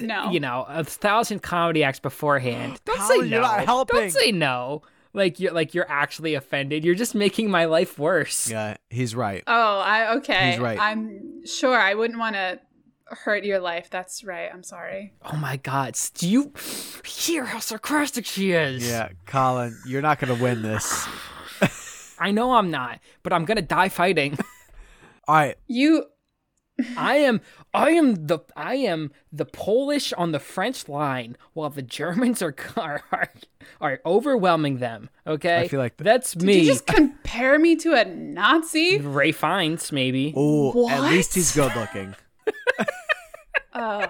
No.
you know, a thousand comedy acts beforehand. Don't
Colin,
say no.
you're not helping.
Don't say no. Like you're like you're actually offended. You're just making my life worse.
Yeah, he's right.
Oh, I okay.
He's right.
I'm sure I wouldn't want to hurt your life. That's right. I'm sorry.
Oh my God! s- Do you hear how sarcastic she is?
Yeah, Colin, you're not gonna win this.
I know I'm not, but I'm gonna die fighting.
All right,
You
I am I am the I am the Polish on the French line while the Germans are are are, are overwhelming them. Okay,
I feel like the-
that's
did you
me.
just compare me to a Nazi?
Ray Fiennes, maybe.
oh, at least
What?
he's good looking.
Oh,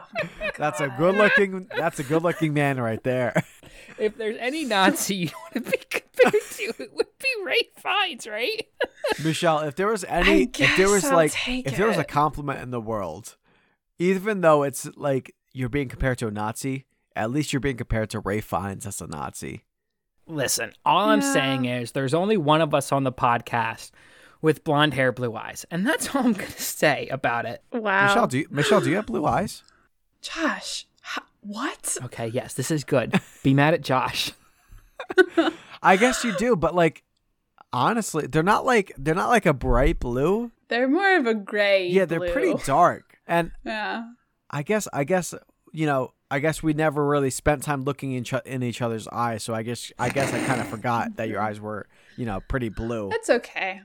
That's a good looking. That's a good looking man right there.
If there's any Nazi you want to be compared to, it would be Ray Fiennes, right?
Michelle, if there was
I
any, if there
guess
was
I'll
like,
take
if there was a
it.
compliment in the world, even though it's like you're being compared to a Nazi, at least you're being compared to Ray Fiennes as a Nazi.
Listen, all I'm
Yeah.
saying is there's only one of us on the podcast with blonde hair, blue eyes, and that's all I'm gonna say about it.
wow.
Michelle, do you, Michelle, do you have blue eyes?
Josh, ho- what?
Okay, yes, this is good. Be mad at Josh.
I guess you do, but like, honestly, they're not like they're not like a bright blue.
They're more of a gray.
Yeah, they're pretty
blue.
dark. And
Yeah.
I guess, I guess, you know, I guess we never really spent time looking in, each- in each other's eyes. So I guess, I guess, I kind of forgot that your eyes were, you know, pretty blue.
That's okay.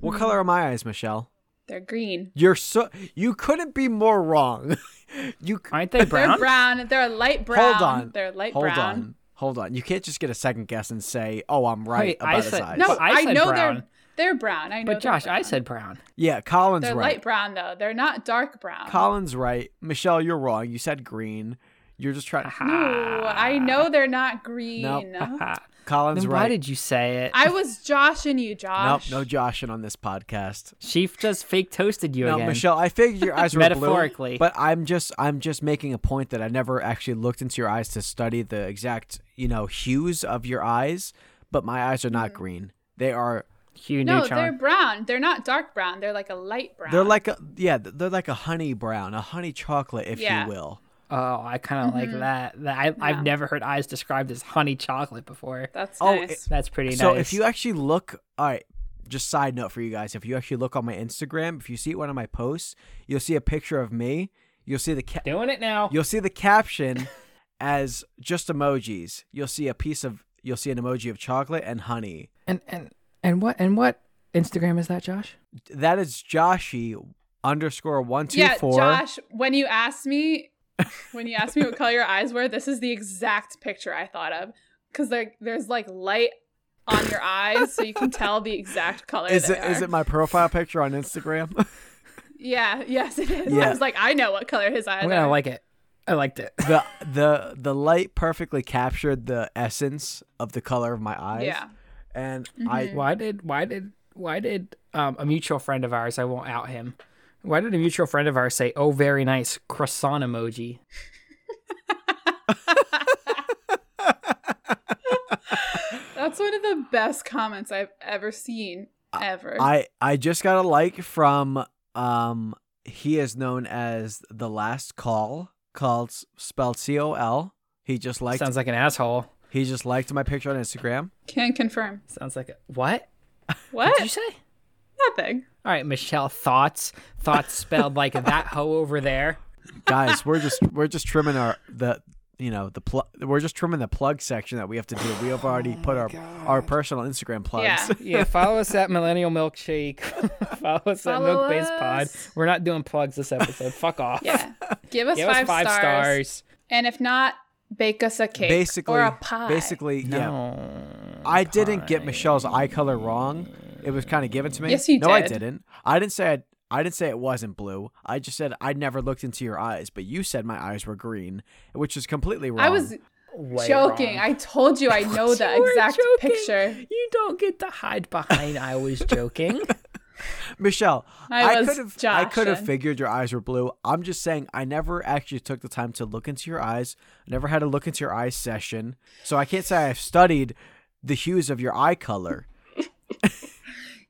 What color are my eyes, Michelle?
They're green.
You're so you couldn't be more wrong. you c-
Aren't they brown?
They're brown. They're a light brown.
hold on.
They're a light
hold
brown.
on. Hold on. You can't just get a second guess and say, "Oh, I'm right
Wait,
about
I
his
said-
eyes."
No,
I
I,
said
know
brown.
they're they're brown. I know.
But Josh,
they're
I
brown.
said brown.
Yeah, Colin's
they're
right.
light brown though. They're not dark brown.
Colin's right. Michelle, you're wrong. You said green. You're just trying.
Ha.
No, I know they're not green.
Ha.
Colin's
then
right.
why did you say it?
I was joshing you, Josh.
Nope, no joshing on this podcast.
she just fake toasted you
No,
again.
Michelle, I figured your eyes were
Metaphorically.
blue, but I'm just I'm just making a point that I never actually looked into your eyes to study the exact you know hues of your eyes, but my eyes are
Mm-hmm.
not green. They are
Hugh
No,
Neutron.
they're brown. They're not dark brown. They're like a light brown.
They're like a yeah, th- they're like a honey brown, a honey chocolate, if
Yeah.
you will.
Oh, I kind of like that. That I, I've
Yeah.
never heard eyes described as honey chocolate before.
That's
Oh,
nice.
That's pretty
So
nice.
if you actually look, all right, just side note for you guys, if you actually look on my Instagram, if you see one of my posts, you'll see a picture of me. You'll see the ca-
doing it now,
you'll see the caption as just emojis. You'll see a piece of you'll see an emoji of chocolate and honey.
and and and what and what Instagram is that, Josh?
That is Joshy underscore one two
yeah,
four.
Josh. When you asked me, when you asked me what color your eyes were, this is the exact picture I thought of because like there's like light on your eyes, so you can tell the exact color.
Is
they
it is
are.
it my profile picture on Instagram?
Yeah. Yes, it is.
Yeah.
I was like, I know what color his eyes
I'm
are.
gonna like it. I liked it.
the the the light perfectly captured the essence of the color of my eyes.
Yeah.
And I
Why did why did why did um, a mutual friend of ours? I won't out him. Why did a mutual friend of ours say, "Oh, very nice croissant emoji"?
That's one of the best comments I've ever seen. Ever.
I I just got a like from um he is known as the last call called s- spelled C O L. He just liked
Sounds like an asshole.
he just liked my picture on Instagram.
can confirm.
Sounds like a, what? What did you
What?
say?
Nothing.
All right, Michelle. Thoughts. Thoughts spelled like that hoe over there.
Guys, we're just we're just trimming our the you know the pl- we're just trimming the plug section that we have to do. We have already put our our personal Instagram plugs.
Yeah.
Yeah, follow us at Millennial Milkshake. follow us
Follow
at Milk Base Pod.
us.
We're not doing plugs this episode. Fuck off.
Yeah. Give us,
Give
five,
us five
stars.
stars.
And if not, bake us a cake
Basically,
or a pie.
basically, yeah.
No.
I didn't get Michelle's eye color wrong. It was kind of given to me.
Yes, you
no, I
did.
didn't. I didn't say I'd, I didn't say it wasn't blue. I just said I never looked into your eyes, but you said my eyes were green, which is completely wrong.
I was
Way
joking.
wrong.
I told you I know the
You were
exact
joking.
picture.
You don't get to hide behind I was joking.
Michelle.
I was
could have I could have
joshing.
figured your eyes were blue. I'm just saying I never actually took the time to look into your eyes. I never had a look into your eyes session, so I can't say I've studied the hues of your eye color.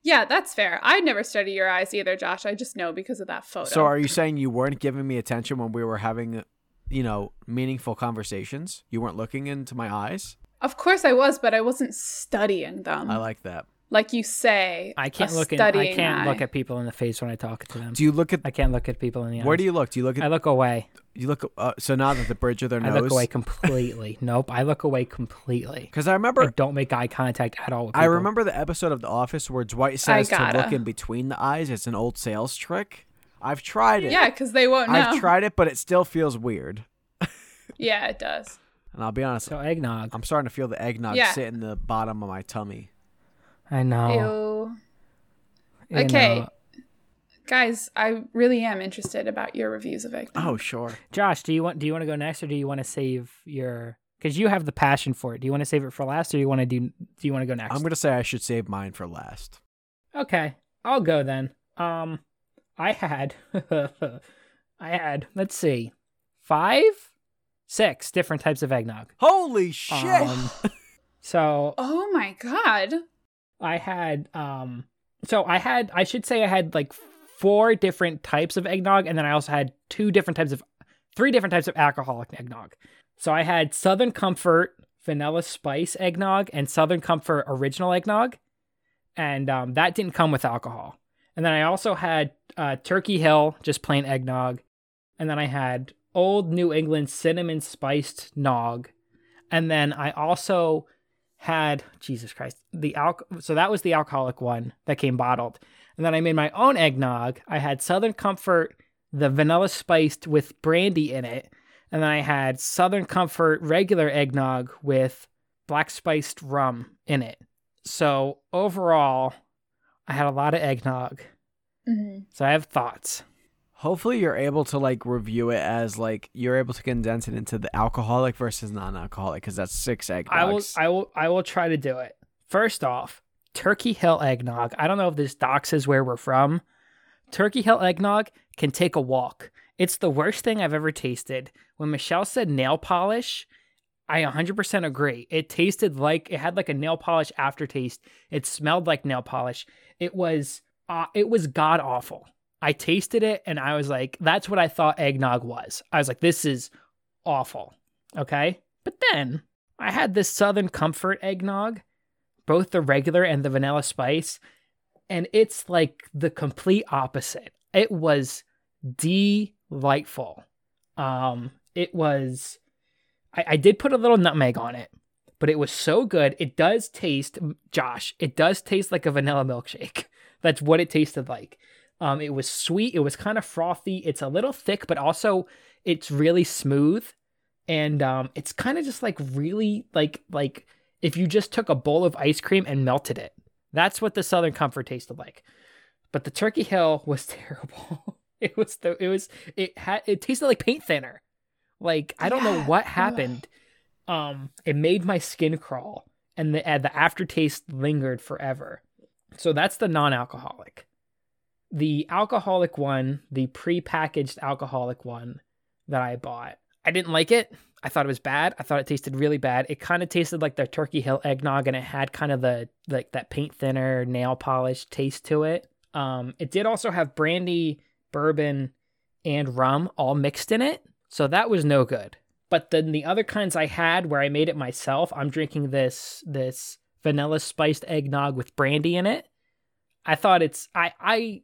Yeah, that's fair. I never study your eyes either, Josh. I just know because of that photo.
So are you saying you weren't giving me attention when we were having you know, meaningful conversations. You weren't looking into my eyes.
Of course I was, but I wasn't studying them.
I like that.
like you say,
I can't
a
look. In, I
studying
can't
eye.
look at people in the face when I talk to them.
Do you look at
I can't look at people in the eyes.
where do you look? Do you look
I
at
look away.
you look uh, so now that the bridge of their
I look away
nose?
completely. nope. I look away completely.
Because I
I
remember
don't make eye contact at all. With
I
people.
remember the episode of The Office where Dwight says to
gotta.
look in between the eyes. It's an old sales trick. I've tried it.
Yeah, because they won't know.
I've tried it, but it still feels weird.
Yeah, it does.
And I'll be honest,
So eggnog.
I'm starting to feel the eggnog
Yeah.
sit in the bottom of my tummy.
I know.
Ew.
Oh, you
Okay.
know.
Guys, I really am interested about your reviews of Eggnog.
Oh, sure.
Josh, do you want do you want to go next or do you want to save your because you have the passion for it. Do you want to save it for last or do you want to do do you want to go next?
I'm going to say I should save mine for last.
Okay, I'll go then. Um, I had, I had, let's see, five, six different types of eggnog.
Holy shit.
Um, so
Oh my god.
I had, um, so I had, I should say I had like four different types of eggnog, and then I also had two different types of, three different types of alcoholic eggnog. So I had Southern Comfort vanilla spice eggnog and Southern Comfort original eggnog, and um, that didn't come with alcohol. And then I also had uh, Turkey Hill, just plain eggnog, and then I had Old New England cinnamon spiced nog, and then I also had Jesus Christ the alc. So that was the alcoholic one that came bottled, and then I made my own eggnog. I had Southern Comfort, the vanilla spiced with brandy in it, and then I had Southern Comfort regular eggnog with black spiced rum in it. So overall, I had a lot of eggnog.
Mhm.
So I have thoughts.
Hopefully you're able to like review it as like you're able to condense it into the alcoholic versus non-alcoholic because that's six eggnogs.
I will I will I will try to do it. First off, Turkey Hill eggnog. I don't know if this docs is where we're from. Turkey Hill eggnog can take a walk. It's the worst thing I've ever tasted. When Michelle said nail polish, I 100% agree. It tasted like it had like a nail polish aftertaste. It smelled like nail polish. It was uh, it was god awful. I tasted it and I was like, that's what I thought eggnog was. I was like, this is awful. Okay. But then I had this Southern Comfort eggnog, both the regular and the vanilla spice, and it's like the complete opposite. It was delightful. Um, it was. I, I did put a little nutmeg on it, but it was so good. It does taste, Josh. It does taste like a vanilla milkshake. That's what it tasted like. Um, it was sweet. It was kind of frothy. It's a little thick, but also it's really smooth and um, it's kind of just like really like like if you just took a bowl of ice cream and melted it. That's what the Southern Comfort tasted like. But the Turkey Hill was terrible. it was the it was it had it tasted like paint thinner. Like I don't know
Yeah.
what
Ugh.
happened. Um, it made my skin crawl, and the and the aftertaste lingered forever. So that's the non-alcoholic. The alcoholic one, the pre-packaged alcoholic one that I bought, I didn't like it. I thought it was bad. I thought it tasted really bad. It kind of tasted like the Turkey Hill eggnog, and it had kind of the like that paint thinner, nail polish taste to it. Um, it did also have brandy, bourbon, and rum all mixed in it, so that was no good. But then the other kinds I had where I made it myself, I'm drinking this this vanilla spiced eggnog with brandy in it. I thought it's I I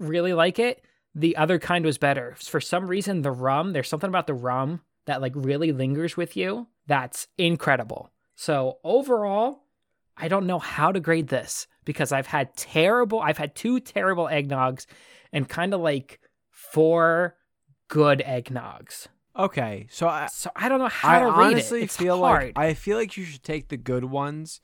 really like it. The other kind was better. For some reason the rum, there's something about the rum that like really lingers with you. That's incredible. So overall, I don't know how to grade this because I've had terrible I've had two terrible eggnogs and kind of like four good eggnogs.
Okay, so I,
Uh, So I don't know how
I
to rate
honestly
it. It's
feel
hard.
like I feel like you should take the good ones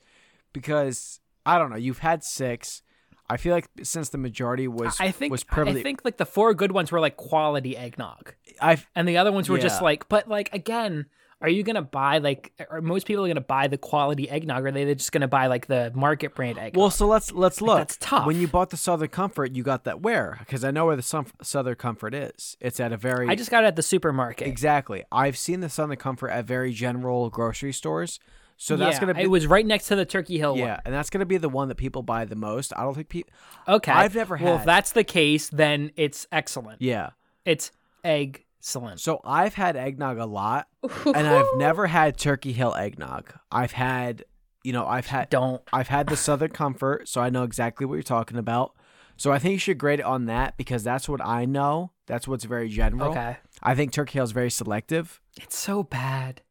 because I don't know. You've had six. I feel like since the majority was
I think
was
I
privileged,
think like the four good ones were like quality eggnog.
I
and the other ones were just
Yeah.
like but like again are you gonna buy like are most people gonna buy the quality eggnog or are they just gonna buy like the market brand eggnog
Well, so let's let's
Like,
look.
that's tough.
When you bought the Southern Comfort, you got that where? Because I know where the Sun- Southern Comfort is. It's at a very
i just got it at the supermarket
exactly. I've seen the Southern Comfort at very general grocery stores. So that's
Yeah,
gonna be
it was right next to the turkey hill
yeah, and that's gonna be the one that people buy the most. I don't think people.
one okay
I've never
well
had-
if that's the case then it's excellent
Yeah,
it's egg Excellent.
So I've had eggnog a lot,
Oh,
and I've never had Turkey Hill eggnog. I've had, you know, I've had
Don't.
I've had the Southern Comfort, so I know exactly what you're talking about. So I think you should grade it on that because that's what I know. That's what's very general.
Okay.
I think Turkey Hill is very selective.
It's so bad.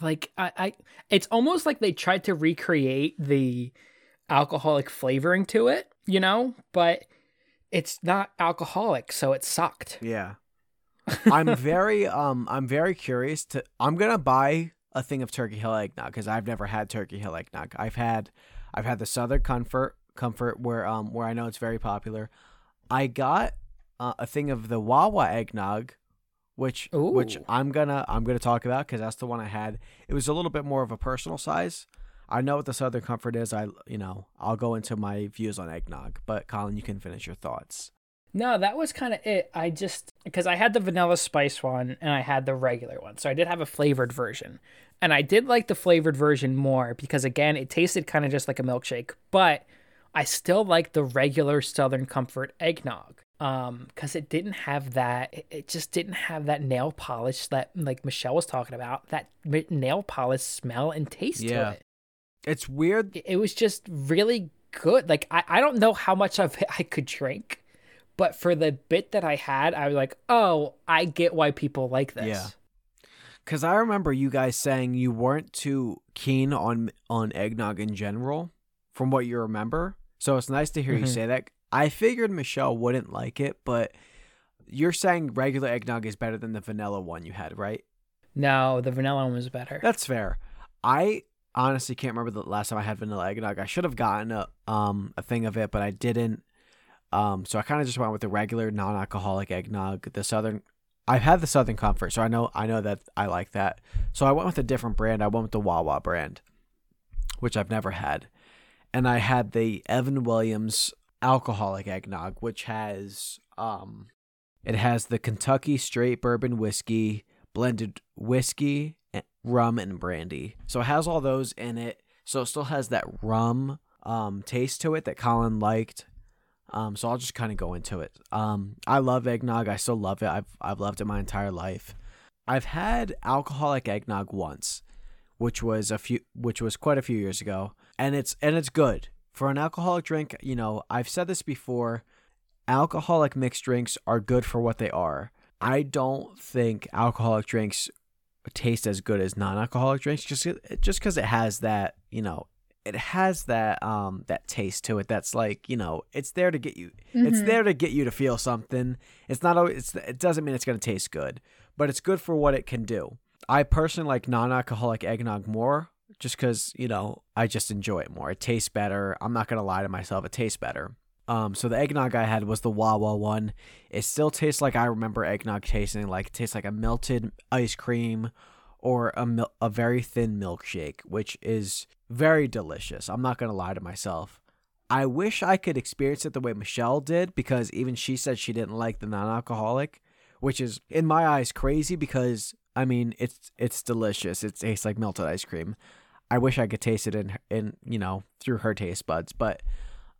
Like I, I it's almost like they tried to recreate the alcoholic flavoring to it, you know, but it's not alcoholic, so it sucked.
Yeah. I'm very um I'm very curious to I'm gonna buy a thing of Turkey Hill eggnog because I've never had Turkey Hill eggnog. I've had I've had the Southern Comfort Comfort where um where I know it's very popular. I got uh, a thing of the Wawa eggnog, which which
Ooh.
I'm gonna I'm gonna talk about because that's the one I had. It was a little bit more of a personal size. I know what the Southern Comfort is. I you know I'll go into my views on eggnog, but Colin, you can finish your thoughts.
No, that was kind of it. I just because I had the vanilla spice one and I had the regular one, so I did have a flavored version, and I did like the flavored version more because again, it tasted kind of just like a milkshake, but I still like the regular Southern Comfort eggnog um because it didn't have that it- it just didn't have that nail polish that like michelle was talking about that m- nail polish smell and taste
Yeah.
to it
It's weird.
it- it was just really good. Like I, I don't know how much of it I could drink, but for the bit that I had, I was like, oh, I get why people like this.
Yeah. Because I remember you guys saying you weren't too keen on on eggnog in general, from what you remember. So it's nice to hear you
Mhm.
say that. I figured Michelle wouldn't like it, but you're saying regular eggnog is better than the vanilla one you had, right?
No, the vanilla one was better.
That's fair. I honestly can't remember the last time I had vanilla eggnog. I should have gotten a um a thing of it, but I didn't. Um, so I kind of just went with the regular non-alcoholic eggnog. The southern, I've had the Southern Comfort, so I know I know that I like that. So I went with a different brand. I went with the Wawa brand, which I've never had, and I had the Evan Williams alcoholic eggnog, which has um, it has the Kentucky straight bourbon whiskey, blended whiskey, and- rum, and brandy. So it has all those in it. So it still has that rum um, taste to it that Colin liked. Um, so I'll just kind of go into it. Um, I love eggnog. I still love it. I've I've loved it my entire life. I've had alcoholic eggnog once, which was a few, which was quite a few years ago, and it's and it's good for an alcoholic drink. You know, I've said this before. Alcoholic mixed drinks are good for what they are. I don't think alcoholic drinks taste as good as non-alcoholic drinks just just because it has that you know it has that um that taste to it that's like you know it's there to get you it's
Mhm.
there to get you to feel something it's not always it's, it doesn't mean it's going to taste good but it's good for what it can do i personally like non-alcoholic eggnog more just because you know i just enjoy it more it tastes better i'm not going to lie to myself it tastes better um so the eggnog i had was the wawa one it still tastes like I remember eggnog tasting. Like it tastes like a melted ice cream or a mil- a very thin milkshake, which is very delicious. I'm not gonna lie to myself. I wish I could experience it the way Michelle did because even she said she didn't like the non-alcoholic, which is in my eyes crazy because I mean it's it's delicious. It tastes like melted ice cream. I wish I could taste it in her- in you know through her taste buds, but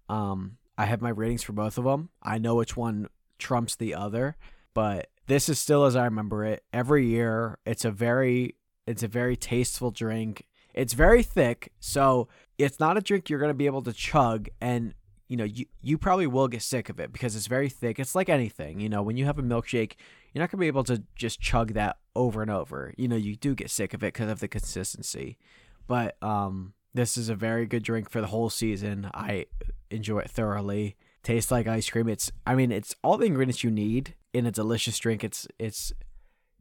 um I have my ratings for both of them. I know which one trumps the other, but this is still as I remember it. Every year, it's a very it's a very tasteful drink. It's very thick, so it's not a drink you're going to be able to chug and you know, you, you probably will get sick of it because it's very thick. It's like anything, you know, when you have a milkshake, you're not going to be able to just chug that over and over. You know, you do get sick of it because of the consistency. But um this is a very good drink for the whole season. I enjoy it thoroughly tastes like ice cream. It's I mean, it's all the ingredients you need in a delicious drink. It's it's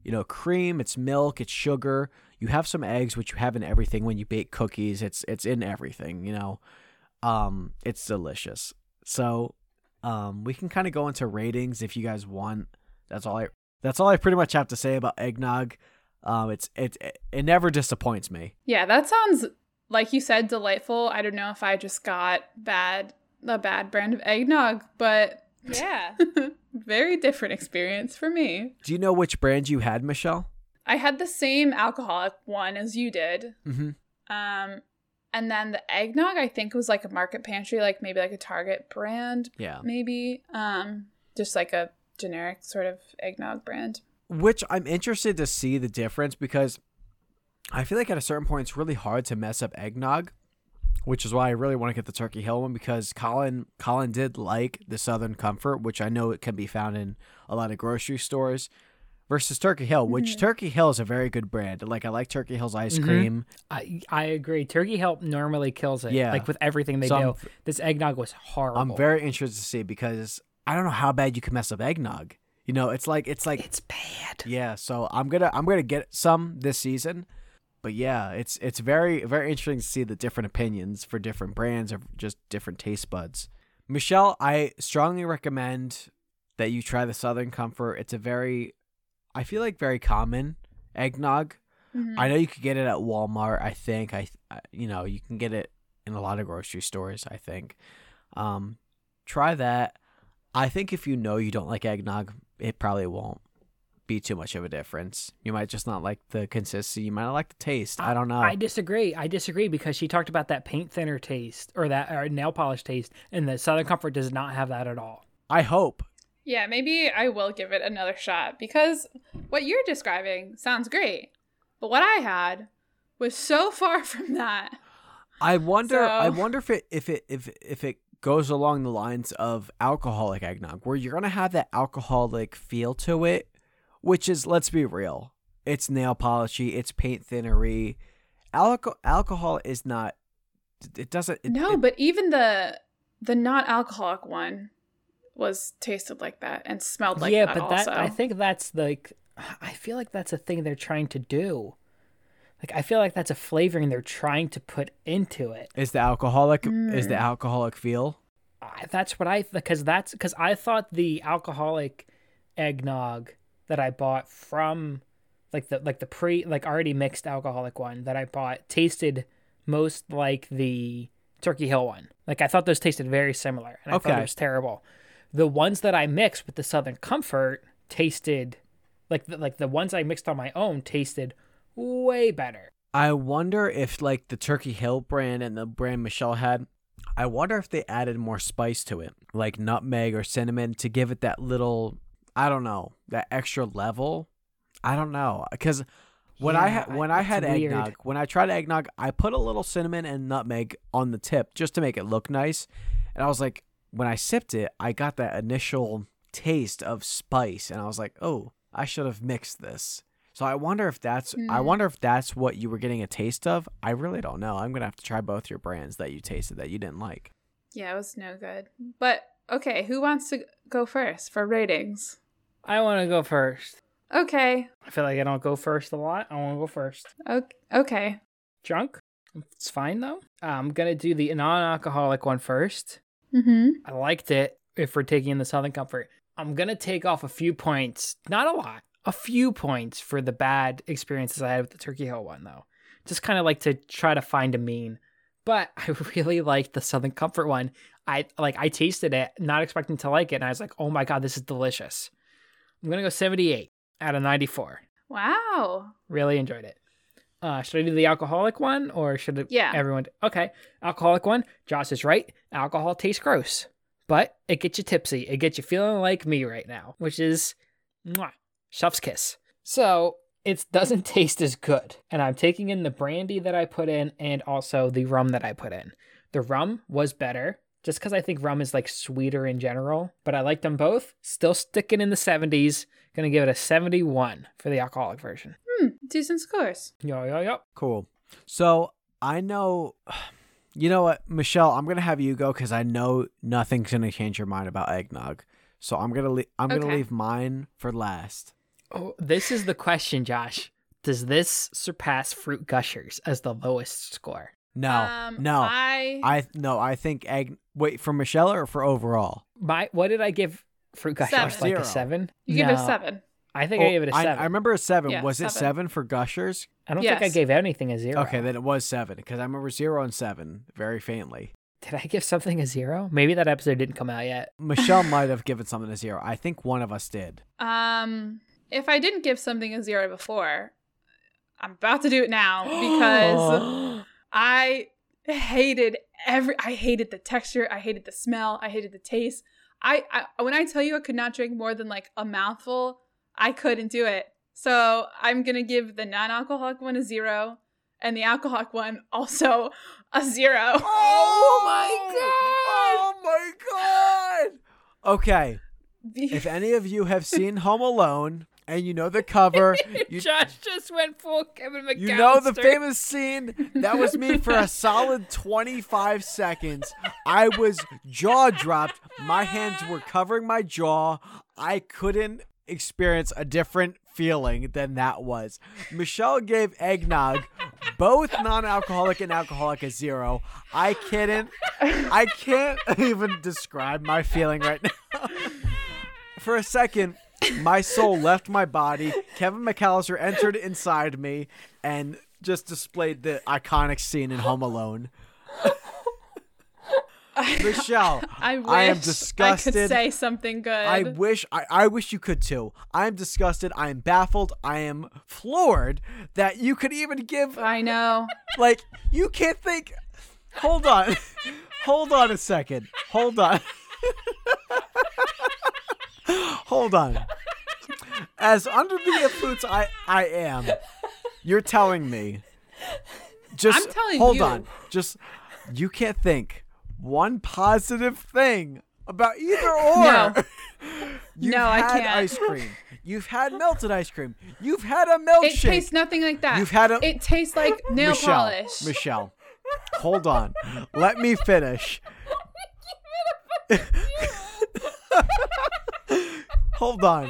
you know, cream, it's milk, it's sugar. You have some eggs which you have in everything when you bake cookies. It's it's in everything, you know. Um it's delicious. So, um we can kind of go into ratings if you guys want. That's all I that's all I pretty much have to say about eggnog. Um it's it it, it never disappoints me.
Yeah, that sounds like you said delightful. I don't know if I just got bad a bad brand of eggnog, but
Yeah.
very different experience for me.
Do you know which brand you had, Michelle?
I had the same alcoholic one as you did.
Mhm.
Um and then the eggnog I think was like a market pantry, like maybe like a Target brand
Yeah.
maybe. Um just like a generic sort of eggnog brand.
which I'm interested to see the difference because I feel like at a certain point it's really hard to mess up eggnog, which is why I really want to get the Turkey Hill one because Colin Colin did like the Southern Comfort, which I know it can be found in a lot of grocery stores, versus Turkey Hill, which
Mhm.
Turkey Hill is a very good brand. Like I like Turkey Hill's ice
Mhm.
cream.
I I agree. Turkey help normally kills it.
Yeah.
like with everything they
So
do.
I'm-
this eggnog was horrible.
I'm very interested to see because I don't know how bad you can mess up eggnog. You know, it's like it's like
It's bad.
Yeah, so I'm gonna I'm gonna get some this season, but yeah, it's it's very very interesting to see the different opinions for different brands or just different taste buds. Michelle, I strongly recommend that you try the Southern Comfort. It's a very, I feel like very common eggnog.
Mhm.
I know you could get it at Walmart. I think I, I- you know, you can get it in a lot of grocery stores. I think. Um, try that. I think if you know you don't like eggnog, it probably won't be too much of a difference. You might just not like the consistency. You might not like the taste. I don't know.
I disagree. I disagree because she talked about that paint thinner taste or that or nail polish taste, and the Southern Comfort does not have that at all.
I hope.
Yeah, maybe I will give it another shot because what you're describing sounds great. But what I had was so far from that.
I wonder.
So-
I wonder if it if it if if it goes along the lines of alcoholic eggnog, where you're gonna have that alcoholic feel to it, which is let's be real, it's nail polishy, it's paint thinnery. Alco- alcohol is not. It doesn't. It,
no,
it-
but even the the not alcoholic one was tasted like that and smelled like
yeah,
that
but
also.
that I think that's like I feel like that's a thing they're trying to do. Like I feel like that's a flavoring they're trying to put into it.
is the alcoholic is the
Mm.
alcoholic feel.
I, that's what I because that's because I thought the alcoholic eggnog that I bought from like the like the pre like already mixed alcoholic one that I bought tasted most like the Turkey Hill one. Like I thought those tasted very similar, and I thought
Okay.
it was terrible. The ones that I mixed with the Southern Comfort tasted like the, like the ones I mixed on my own tasted way better.
I wonder if like the Turkey Hill brand and the brand Michelle had, I wonder if they added more spice to it, like nutmeg or cinnamon to give it that little, I don't know, that extra level. I don't know cuz when I
Yeah,
had when I
it's
had
weird.
eggnog, when I tried eggnog, I put a little cinnamon and nutmeg on the tip just to make it look nice. And I was like when I sipped it, I got that initial taste of spice and I was like, "Oh, I should have mixed this." So I wonder if that's I
Hmm.
wonder if that's what you were getting a taste of. I really don't know. I'm gonna have to try both your brands that you tasted that you didn't like.
yeah, it was no good. But okay, who wants to go first for ratings?
I want to go first.
Okay.
I feel like I don't go first a lot. I want to go first.
o- Okay.
drunk. It's fine though. I'm gonna do the non-alcoholic one first.
Mhm.
I liked it. If we're taking the Southern Comfort, I'm gonna take off a few points. Not a lot. A few points for the bad experiences I had with the Turkey Hill one though. Just kind of like to try to find a mean. But I really liked the Southern Comfort one. I like I tasted it, not expecting to like it, and I was like, oh my god, this is delicious. I'm gonna go 78 out of 94.
Wow.
Really enjoyed it. Uh, should I do the alcoholic one or should it,
Yeah.
everyone? Okay, alcoholic one. Josh is right. Alcohol tastes gross, but it gets you tipsy. It gets you feeling like me right now, which is mwah, chef's kiss. So it doesn't taste as good. And I'm taking in the brandy that I put in and also the rum that I put in. The rum was better just because I think rum is like sweeter in general, but I liked them both. Still sticking in the 70s. Gonna give it a 71 for the alcoholic version.
Hmm. Decent scores.
Yo, yo, yo.
Cool. So I know, you know what, Michelle, I'm gonna have you go because I know nothing's gonna change your mind about eggnog. So I'm gonna le- I'm gonna
Okay.
leave mine for last.
Oh, this is the question, Josh. Does this surpass Fruit Gushers as the lowest score?
No,
um,
no, I-,
I
no, I think egg. Wait for Michelle or for overall?
My, what did I give Fruit Gushers?
Seven.
Like
Zero.
a seven?
you give it a
No,
7.
I think I
Oh,
gave it a seven. I,
I, remember a seven.
Yeah,
Was it
seven.
seven for Gushers?
don't think
Yes.
I gave anything a zero.
Okay, then it was seven because I remember zero and seven very faintly.
did I give something a zero? Maybe that episode didn't come out yet.
Michelle might have given something a zero. I think one of us did.
Um, if I didn't give something a zero before, I'm about to do it now because I hated every. I hated the texture. I hated the smell. I hated the taste. I, I when I tell you I could not drink more than like a mouthful, I couldn't do it. So I'm going to give the non alcoholic one a zero and the alcoholic one also a zero.
Oh my god! Oh my god! Okay, if any of you have seen Home Alone and you know the cover, you,
Josh just went full Kevin McAllister.
you know the famous scene. That was me for a solid 25 seconds. I was jaw dropped. My hands were covering my jaw. I couldn't experience a different feeling than that was. Michelle gave eggnog both non-alcoholic and alcoholic a zero. I couldn't I can't even describe my feeling right now. For a second, my soul left my body. Kevin McAllister entered inside me and just displayed the iconic scene in Home Alone. Michelle,
I wish
I am
I could
disgusted.
say something good.
I wish I, I wish you could too. I'm disgusted. I am baffled. I am floored that you could even give
I know.
like you can't think hold on hold on a second hold on hold on as under the influence i i am you're telling me just
I'm telling
hold
you.
on just you can't think one positive thing about either or
No.
You've
No, I
had
can't.
ice cream. You've had melted ice cream. You've had a milkshake.
It tastes nothing like that.
Oh, You've had a-
It tastes like nail
Michelle,
polish.
Michelle, hold on. Let me finish. hold on.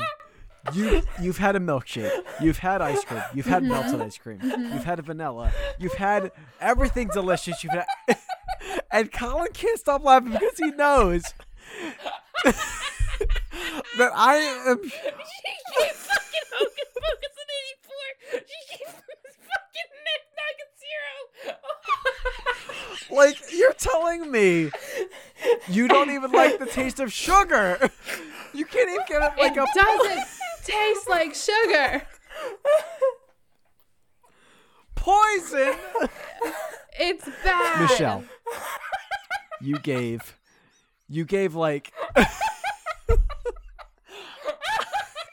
You you've had a milkshake. You've had ice cream. You've had
Mm-hmm.
melted ice cream. You've had vanilla. You've had everything delicious. You've had and Colin can't stop laughing because he knows that I am
She gave fucking Hocus Pocus an 84. She gave fucking Nick Nugget zero.
Like, you're telling me you don't even like the taste of sugar. You can't even get it like
it
a.
doesn't taste like sugar.
poison.
It's bad.
Michelle, you gave. You gave, like.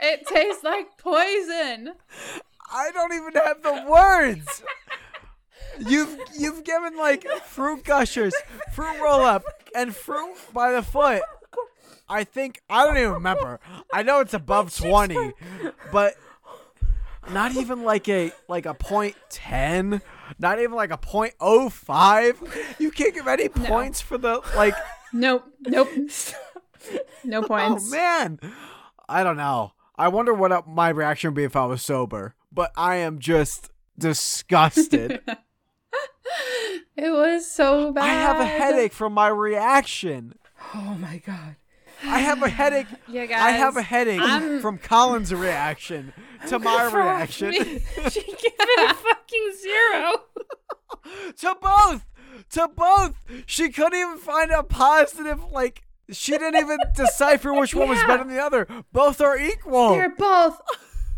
It tastes like poison.
I don't even have the words. You've you've given like fruit gushers, fruit roll up, and fruit by the foot. I think I don't even remember. I know it's above twenty, but not even like a like a point ten, not even like a point oh five. You can't give any points for the like.
Nope. Nope. No
Oh
points.
man, I don't know. I wonder what up my reaction would be if I was sober, but I am just disgusted.
It was so bad.
I have a headache from my reaction.
Oh my god.
I have a headache.
Yeah,
I have a
guys,
headache
I'm-
from Colin's reaction to my reaction
She gave it a fucking zero.
to both. To both. She couldn't even find a positive like she didn't even decipher which one was
Yeah.
better than the other. Both are equal.
They're both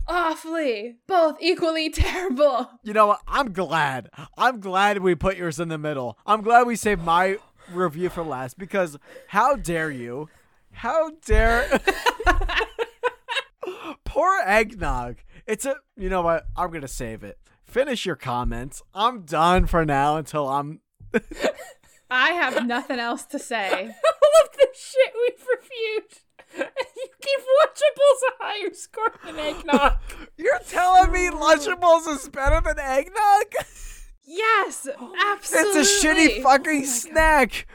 awfully, both equally terrible.
You know what? I'm glad. I'm glad we put yours in the middle. I'm glad we saved my review for last because how dare you? How dare Poor eggnog. It's a you know what? I'm gonna save it. Finish your comments. I'm done for now until I'm
I have nothing else to say.
All of the shit we've reviewed. And you give Watchables a higher score than Eggnog.
You're telling me Lunchables is better than eggnog?
Yes, absolutely.
It's a shitty fucking snack.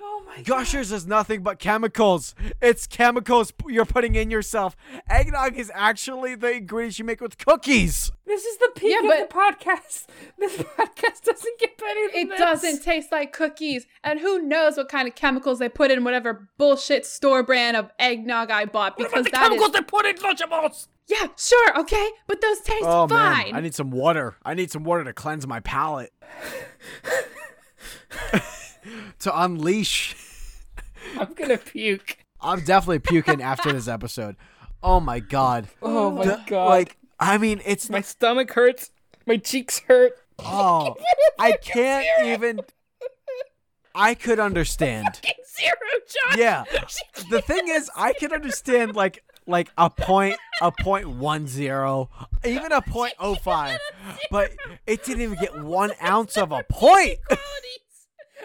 oh my god.
Gushers is nothing but chemicals. It's chemicals p- you're putting in yourself. Eggnog is actually the ingredients you make with cookies.
This is the peak
Yeah,
of the podcast. This podcast doesn't get better than
It
this.
doesn't taste like cookies, and who knows what kind of chemicals they put in whatever bullshit store brand of eggnog I bought
What about
because
the
that is
chemicals they put in Lunchables?
yeah, sure, okay, but those taste fine.
Oh, I need some water. I need some water to cleanse my palate. to unleash.
I'm gonna puke.
I'm definitely puking after this episode. Oh my god.
Oh my
The-
god.
Like I mean, it's
my stomach hurts. My cheeks hurt.
oh, I can't even. I could understand.
Zero, Josh.
Yeah. the thing is, I can understand like like a point, a point one zero, even a point oh five, but it didn't even get one ounce of a point.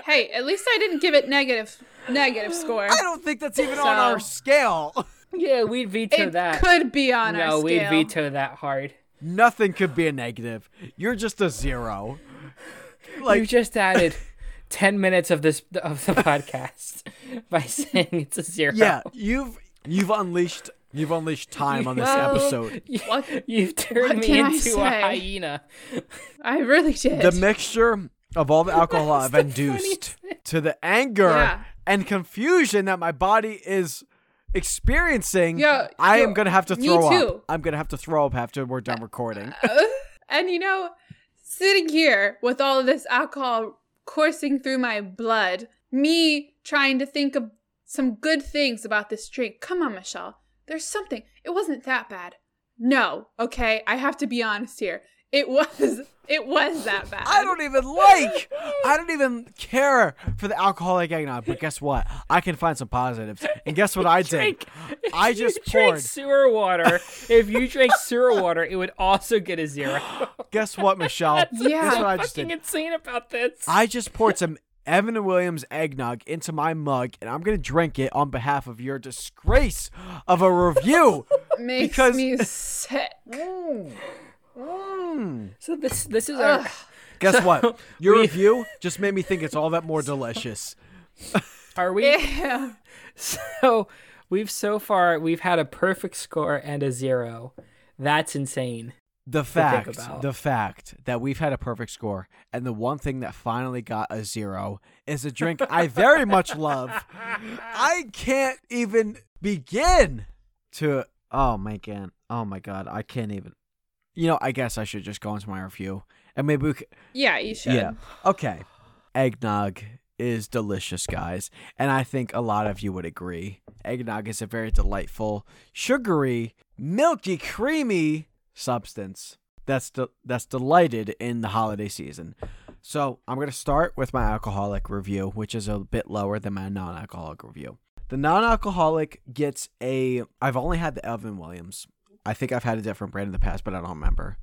Hey, at least I didn't give it negative negative score.
I don't think that's even on our scale.
Yeah, we'd veto
It
that.
could be on
no,
our scale.
we'd veto that hard.
Nothing could be a negative. You're just a zero.
you
Like
just added ten minutes of this of the podcast by saying it's a zero.
yeah, you've you've unleashed you've unleashed time on this
Well,
episode.
you-
What-
You've turned
what
me
can I
into a
say?
hyena.
I really did.
The mixture of all the alcohol I've
the
induced to the anger
Yeah.
and confusion that my body is experiencing,
Yeah,
I
yo,
am gonna have to
me
throw
too. Uh,
up. I'm gonna have to throw up after we're done recording.
and you know, sitting here with all of this alcohol coursing through my blood, me trying to think of some good things about this drink. Come on, Michelle. There's something. It wasn't that bad. No, okay. I have to be honest here. It was. It was that bad.
I don't even like. I don't even care for the alcoholic eggnog. But guess what? I can find some positives. And guess what I did?
Drink-
I
if you
just
drank
poured.
sewer water. if you drank sewer water, it would also get a zero.
Guess what, Michelle?
Yeah.
Guess what I
I'm
just
fucking
did?
insane about this.
I just poured some Evan and Williams eggnog into my mug, and I'm gonna drink it on behalf of your disgrace of a review.
Makes
because-
me sick.
Mm.
so this this is our.
Guess what? Your
we-
review just made me think it's all that more delicious.
Are we?
Yeah.
So we've so far we've had a perfect score and a zero. That's insane.
The fact,
about.
the fact that we've had a perfect score, and the one thing that finally got a zero is a drink I very much love. I can't even begin to. Oh my god! Oh my god! I can't even. You know, I guess I should just go into my review, and maybe we could,
Yeah, you should.
Yeah. Okay. Eggnog is delicious, guys. And I think a lot of you would agree. Eggnog is a very delightful, sugary, milky, creamy substance that's de- that's delighted in the holiday season. So, I'm going to start with my alcoholic review, which is a bit lower than my non-alcoholic review. The non-alcoholic gets a I've only had the Evan Williams. I think I've had a different brand in the past, but I don't remember.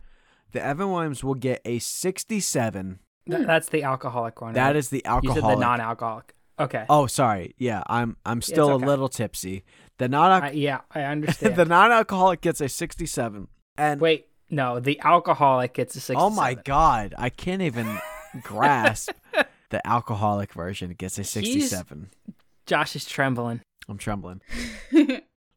The Evan Williams will get a 67
Th- that's the alcoholic one.
that
right?
is the
you said
alcoholic.
the non-alcoholic. Okay.
oh, sorry. Yeah, I'm I'm
it's
still
okay.
a little tipsy. The non
I, yeah, I understand.
the non alcoholic gets a 67. And
Wait, no, the alcoholic gets a six.
oh my god, I can't even grasp the alcoholic version gets a 67.
Josh is trembling.
I'm trembling.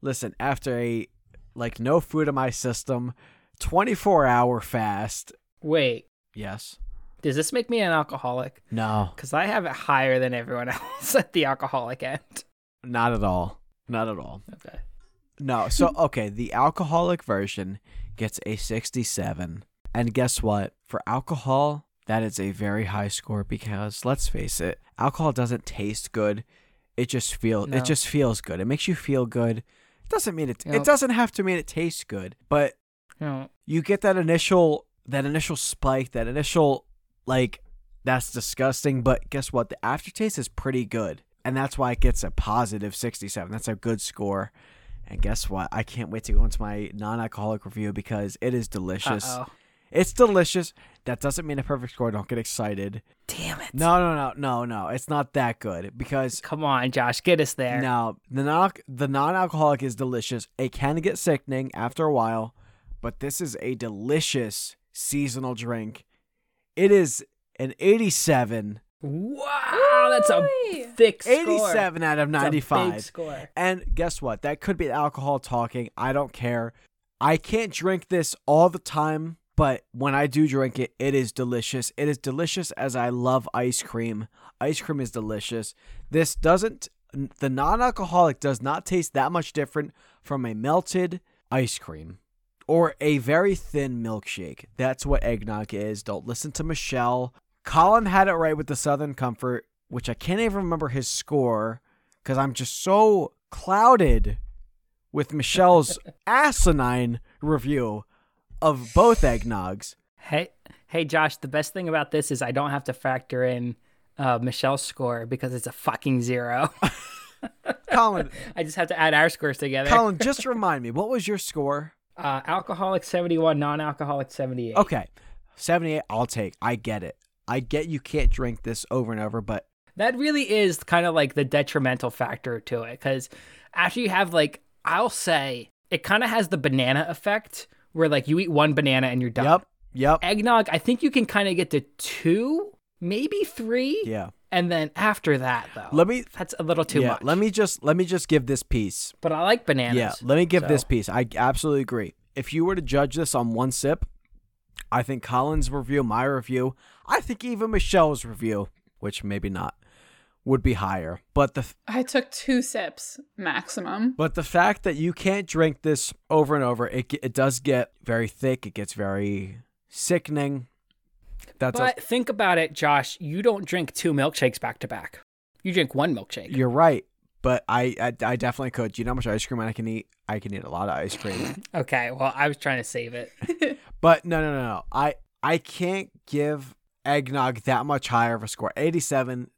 Listen, after a like no food in my system, 24 hour fast.
Wait,
Yes.
does this make me an alcoholic?
No,
Because I have it higher than everyone else at the alcoholic end.
not at all. Not at all.
Okay.
No. So okay, the alcoholic version gets a 67. And guess what? For alcohol, that is a very high score because let's face it, alcohol doesn't taste good. It just feel
No.
it just feels good. It makes you feel good. It doesn't mean it
Yep.
it doesn't have to mean it tastes good, but
No,
you get that initial that initial spike, that initial like that's disgusting, but guess what? The aftertaste is pretty good. And that's why it gets a positive 67. That's a good score. And guess what? I can't wait to go into my non-alcoholic review because it is delicious.
Uh-oh.
It's delicious. That doesn't mean a perfect score. Don't get excited.
Damn it.
No, no, no, no, no. It's not that good because
Come on, Josh, get us there.
now the non the non-alcoholic is delicious. It can get sickening after a while, but this is a delicious seasonal drink. It is an 87,
Wow, that's a
Ooh.
thick score.
87 out of
That's a big
95.
score.
And guess what? That could be alcohol talking. I don't care. I can't drink this all the time, but when I do drink it, it is delicious. It is delicious as I love ice cream. Ice cream is delicious. This doesn't, the non alcoholic does not taste that much different from a melted ice cream or a very thin milkshake. That's what eggnog is. Don't listen to Michelle. Colin had it right with the Southern Comfort, which I can't even remember his score because I'm just so clouded with Michelle's asinine review of both eggnogs.
Hey, hey, Josh. The best thing about this is I don't have to factor in uh, Michelle's score because it's a fucking zero.
Colin,
I just have to add our scores together.
Colin, just remind me, what was your score?
Uh, alcoholic 71, non alcoholic 78.
Okay, seventy-eight. I'll take. I get it. I get you can't drink this over and over, but
That really is kind of like the detrimental factor to it. Because after you have, like, I'll say it kind of has the banana effect where, like, you eat one banana and you're done.
yep, yep,
Eggnog, I think you can kind of get to two, maybe three.
yeah.
And then after that, though,
Let me
that's a little too
yeah,
much.
Let me just let me just give this piece.
but I like bananas.
Yeah, let me give
so-
this piece. I absolutely agree. If you were to judge this on one sip, I think Colin's review, my review, I think even Michelle's review, which maybe not, would be higher. But the
I took two sips maximum.
but the fact that you can't drink this over and over, it ge- it does get very thick. It gets very sickening. That's a,
But think about it, Josh. You don't drink two milkshakes back to back. You drink one milkshake.
you're right. But I, I I definitely could. Do you know how much ice cream I can eat? I can eat a lot of ice cream.
Okay, well, I was trying to save it.
But no, no, no, no. I I can't give eggnog that much higher of a score. Eighty-seven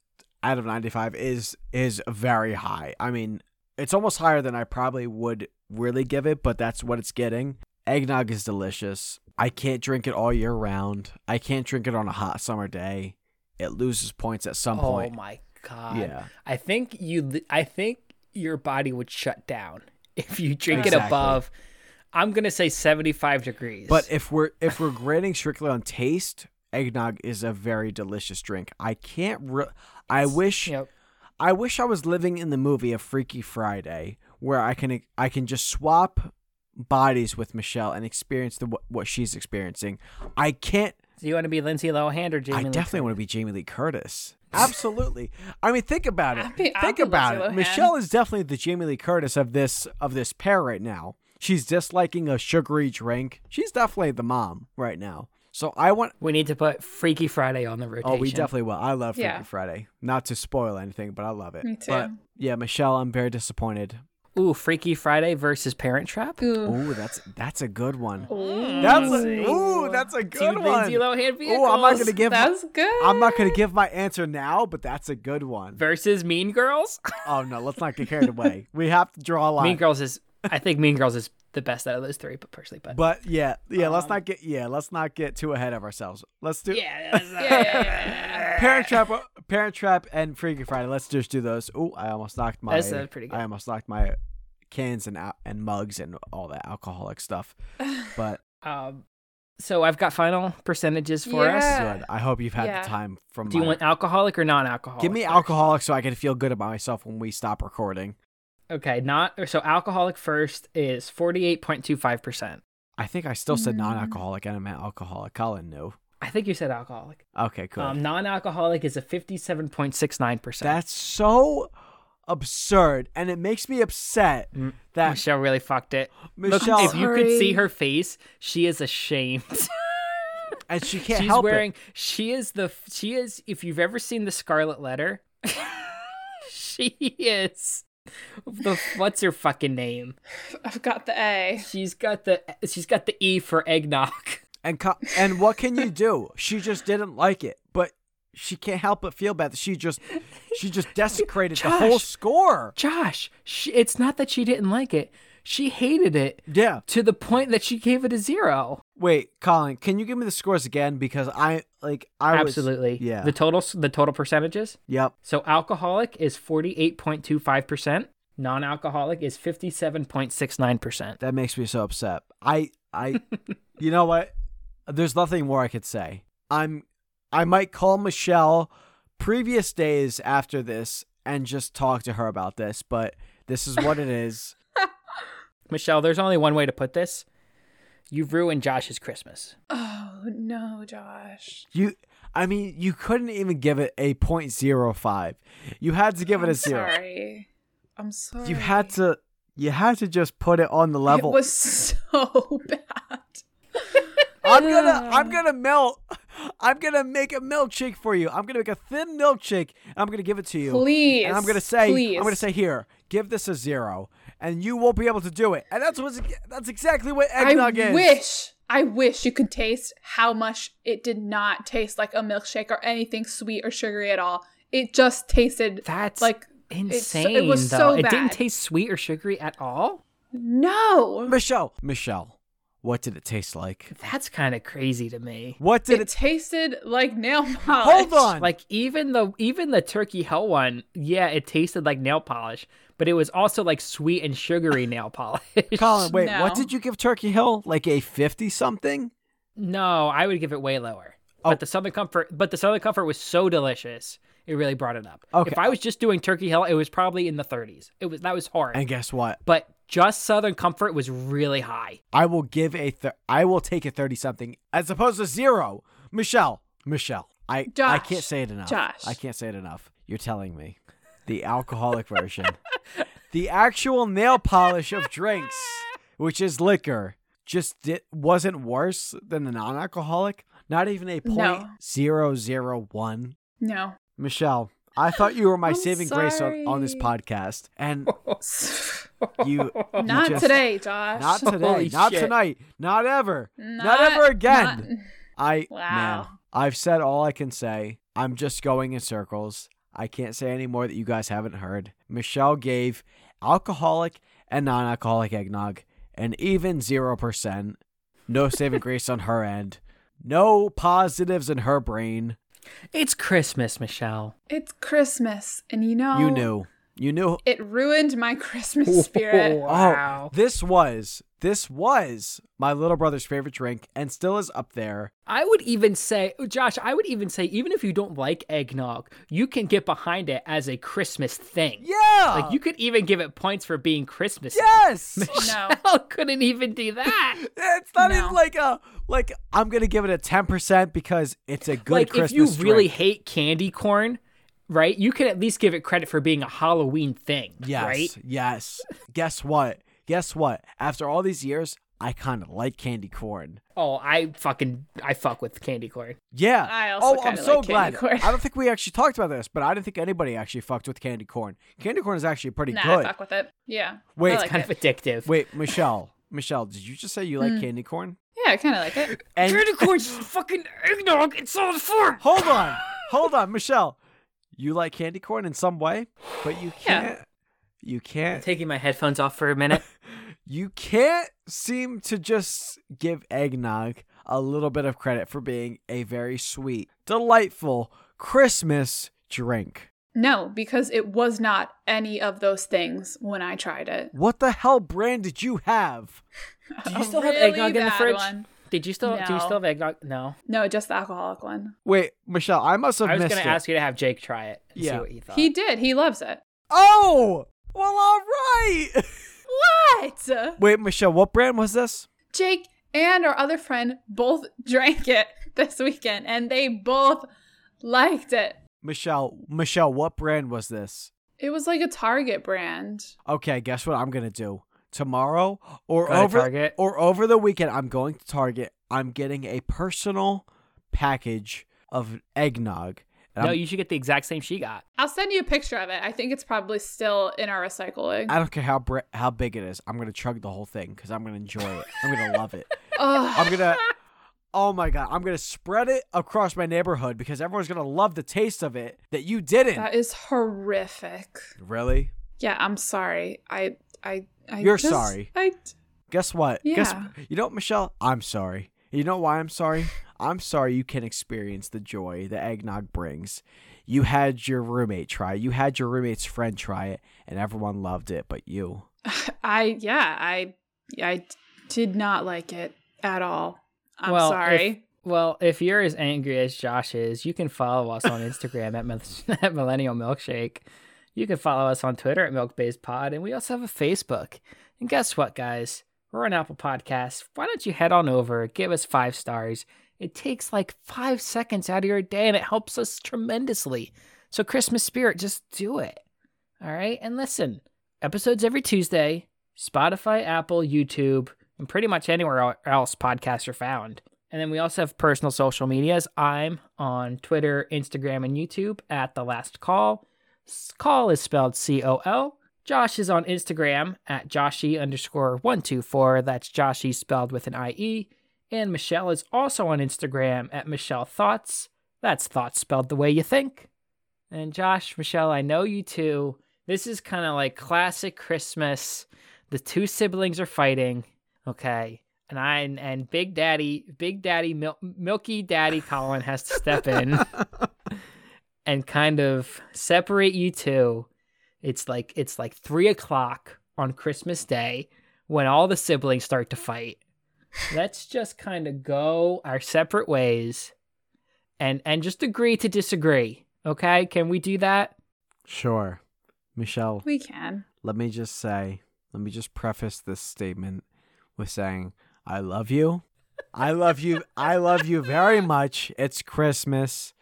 out of ninety-five is is very high. I mean, it's almost higher than I probably would really give it, but that's what it's getting. Eggnog is delicious. I can't drink it all year round. I can't drink it on a hot summer day. It loses points at some
oh
point.
my god.
Yeah.
I think you I think your body would shut down if you drink it
Exactly.
above I'm going to say 75 degrees.
But if we're if we're grading strictly on taste, eggnog is a very delicious drink. I can't. Re- I wish.
Yep.
I wish I was living in the movie of Freaky Friday, where I can I can just swap bodies with Michelle and experience the what she's experiencing. I can't.
Do you want to be Lindsay Lohan or Jamie
I definitely want to be Jamie Lee Curtis. Absolutely. I mean, think about it.
I'd be- I'd
think
be
about
Lindsay
it.
Lohan.
Michelle is definitely the Jamie Lee Curtis of this of this pair right now. She's disliking a sugary drink. She's definitely the mom right now. So I want.
We need to put Freaky Friday on the rotation.
Oh, we definitely will. I love Freaky
Yeah.
Friday. Not to spoil anything, but I love it.
Me too.
But yeah, Michelle, I'm very disappointed.
Ooh, Freaky Friday versus Parent Trap?
Ooh.
Ooh, that's that's a good one.
Ooh.
That's a, ooh, that's a
Two
good
Lindsay
one.
Lohan vehicles.
Oh, I'm not gonna give.
That's good.
I'm not gonna give my answer now, but that's a good one.
versus Mean Girls?
Oh no, let's not get carried away. We have to draw a line.
mean Girls is I think Mean Girls is the best out of those three, but personally, but,
But yeah, yeah, let's
Um,
not get yeah, let's not get too ahead of ourselves. Let's do
yeah, that's-
yeah, yeah, yeah,
Parent Trap, Parent Trap, and Freaky Friday. Let's just do those. Oh, I almost knocked my.
That's, uh, pretty good.
I almost knocked my cans and al- and mugs and all that alcoholic stuff.
yeah.
But
Um, so I've got final percentages for us.
Yeah.
good. I hope you've had
Yeah.
the time from.
Do you
my-
want alcoholic or non-alcoholic?
Give me alcoholic so I can feel good about myself when we stop recording.
Okay, not or so alcoholic first is forty-eight point two five percent.
I think I still said
Mm.
non-alcoholic and I meant alcoholic. Colin knew.
I think you said alcoholic.
Okay, cool.
Um, non-alcoholic is a fifty-seven point six nine percent.
That's so absurd, and it makes me upset
Mm.
that
Michelle really fucked it.
Michelle
Look, if you could see
Sorry.
her face, she is ashamed.
and she can't
She's
help
wearing. She is the. She is. If you've ever seen the Scarlet Letter, she is. The what's her fucking name?
I've got the A.
She's got the. She's got the E for eggnog.
it. And co- and what can you do? She just didn't like it, but she can't help but feel bad. that She just she just desecrated the whole
Josh.
score.
Josh, she, it's not that she didn't like it. She hated it
Yeah.
to the point that she gave it a zero.
Wait, Colin, can you give me the scores again? Because I like I was-
Absolutely.
yeah.
The total the total percentages.
yep.
So alcoholic is 48.25%, non-alcoholic is 57.69%.
That makes me so upset. I I you know what? There's nothing more I could say. I'm I might call Michelle previous days after this and just talk to her about this, but this is what it is.
Michelle, there's only one way to put this. You've ruined Josh's Christmas.
Oh no, Josh.
You I mean, you couldn't even give it a 0.05. You had to give it
I'm
a 0.
Sorry. I'm sorry.
You had to you had to just put it on the level.
It was so bad.
I'm gonna I'm gonna melt. I'm gonna make a milkshake for you. I'm gonna make a thin milkshake and I'm gonna give it to you.
Please.
And I'm gonna say,
please.
I'm gonna say here, give this a zero, and you won't be able to do it. And that's what's that's exactly what
I
eggnog is.
wish. I wish you could taste how much it did not taste like a milkshake or anything sweet or sugary at all. It just tasted
That's
like
insane.
it was
though.
so
It didn't
bad.
taste sweet or sugary at all.
No.
Michelle, Michelle, what did it taste like?
That's kind of crazy to me.
What did
It,
it?
tasted like nail polish.
Hold on.
Like even the even the turkey hell one, yeah, it tasted like nail polish, but it was also like sweet and sugary nail polish.
Colin, wait, what
No.
did you give Turkey Hill? Like a 50 something?
No, I would give it way lower.
Oh.
But the Southern Comfort, but the Southern Comfort was so delicious, it really brought it up.
Okay.
If I was just doing Turkey Hill, it was probably in the 30s. It was that was hard.
And guess what?
but just Southern Comfort was really high.
I will give a th- I will take a 30 something as opposed to zero. Michelle, Michelle. I I
Josh,
can't say it enough.
Josh.
I can't say it enough. You're telling me. The alcoholic version. The actual nail polish of drinks, which is liquor, just di- wasn't worse than the non-alcoholic. Not even a point
No.
zero zero one.
No.
Michelle, I thought you were my
I'm
saving grace on, on this
sorry.
podcast, and you
Oh,
Not
just-
today, Josh.
not today,
Holy
not
shit.
tonight, not ever.
Not,
ever again.
not-
I
Wow.
man, I've said all I can say. I'm just going in circles. I can't say any more that you guys haven't heard. Michelle gave alcoholic and non-alcoholic eggnog an even 0%. No saving grace on her end. No positives in her brain.
It's Christmas, Michelle.
It's Christmas, and you know
You knew. You knew.
it ruined my Christmas spirit.
Wow.
Oh, this was this was my little brother's favorite drink and still is up there.
I would even say, Josh, I would even say, even if you don't like eggnog, you can get behind it as a Christmas thing.
Yeah.
Like you could even give it points for being Christmas.
yes.
No.
Michelle couldn't even do that.
It's not
No.
even like a like I'm gonna give it a ten percent because it's a good
like
Christmas.
if you really
drink.
hate candy corn, right? You can at least give it credit for being a Halloween thing,
yes,
right?
yes. Guess what? Guess what? After all these years, I kind of like candy corn.
Oh, I fucking I fuck with candy corn.
Yeah.
I also
oh, I'm
kinda
so
like candy
glad.
corn.
I don't think we actually talked about this, but I didn't think anybody actually fucked with candy corn. Candy corn is actually pretty
Nah, I
good.
fuck with it. Yeah.
Wait,
I
it's
like
Kind
it.
of addictive.
Wait, Michelle, Michelle, did you just say you
Mm.
like candy corn?
Yeah, I kind of like it.
And
candy corn's just fucking eggnog in solid form.
hold on, hold on, Michelle, you like candy corn in some way, but you
Yeah.
can't. You can't
Taking my headphones off for a minute.
you can't seem to just give eggnog a little bit of credit for being a very sweet, delightful Christmas drink.
No, because it was not any of those things when I tried it.
What the hell brand did you have?
Do
A
you still have
really
eggnog in the
bad
fridge?
one.
Did you still do
No.
you still have eggnog? No.
No, just the alcoholic one.
Wait, Michelle, I must have
I was
missed
gonna
it.
ask you to have Jake try it and see
Yeah.
what he thought.
He did. He loves it.
oh, well, all right.
What?
Wait, Michelle, what brand was this?
Jake and our other friend both drank it this weekend and they both liked it.
Michelle, Michelle, what brand was this?
It was like a Target brand.
Okay, guess what I'm gonna do tomorrow or
Go to
over
Target.
or over the weekend. I'm going to Target. I'm getting a personal package of eggnog. And
no,
I'm-
you should get the exact same she got.
I'll send you a picture of it. I think it's probably still in our recycling.
I don't care how br- how big it is. I'm gonna chug the whole thing because I'm gonna enjoy it. I'm gonna love it.
Ugh.
I'm gonna. Oh my god! I'm gonna spread it across my neighborhood because everyone's gonna love the taste of it that you didn't.
That is horrific.
really?
Yeah, I'm sorry. I, I, I.
You're
just-
sorry.
I.
Guess what? Guess
Yeah.
you know what, Michelle? I'm sorry. You know why I'm sorry? I'm sorry you can experience the joy that eggnog brings. You had your roommate try it, you had your roommate's friend try it, and everyone loved it but you.
I. Yeah. I. I did not like it at all. I'm
Well, if-
sorry.
Well, if you're as angry as Josh is, you can follow us on Instagram at, mil- at Millennial Milkshake. You can follow us on Twitter at Milk Based Pod, and we also have a Facebook. And guess what, guys? We're on Apple Podcasts. Why don't you head on over, give us five stars? It takes like five seconds out of your day, and it helps us tremendously. So, Christmas spirit, just do it. All right. And listen, episodes every Tuesday, Spotify, Apple, YouTube, and pretty much anywhere el- else podcasts are found. And then we also have personal social medias. I'm on Twitter, Instagram, and YouTube at The Last Call. S- Call is spelled C O L. Josh is on Instagram at Joshy underscore 124. That's Joshy spelled with an IE. And Michelle is also on Instagram at Michelle Thoughts. That's thoughts spelled the way you think. And Josh, Michelle, I know you two This is kind of like classic Christmas. The two siblings are fighting, okay, and I and, and Big Daddy, Big Daddy, Mil- Milky Daddy Colin has to step in and kind of separate you two. It's like it's like three o'clock on Christmas Day when all the siblings start to fight. Let's just kind of go our separate ways and and just agree to disagree. Okay? Can we do that?
Sure. Michelle,
We can.
let me just say, let me just preface this statement with saying, I love you. I love you. I love you very much. It's Christmas.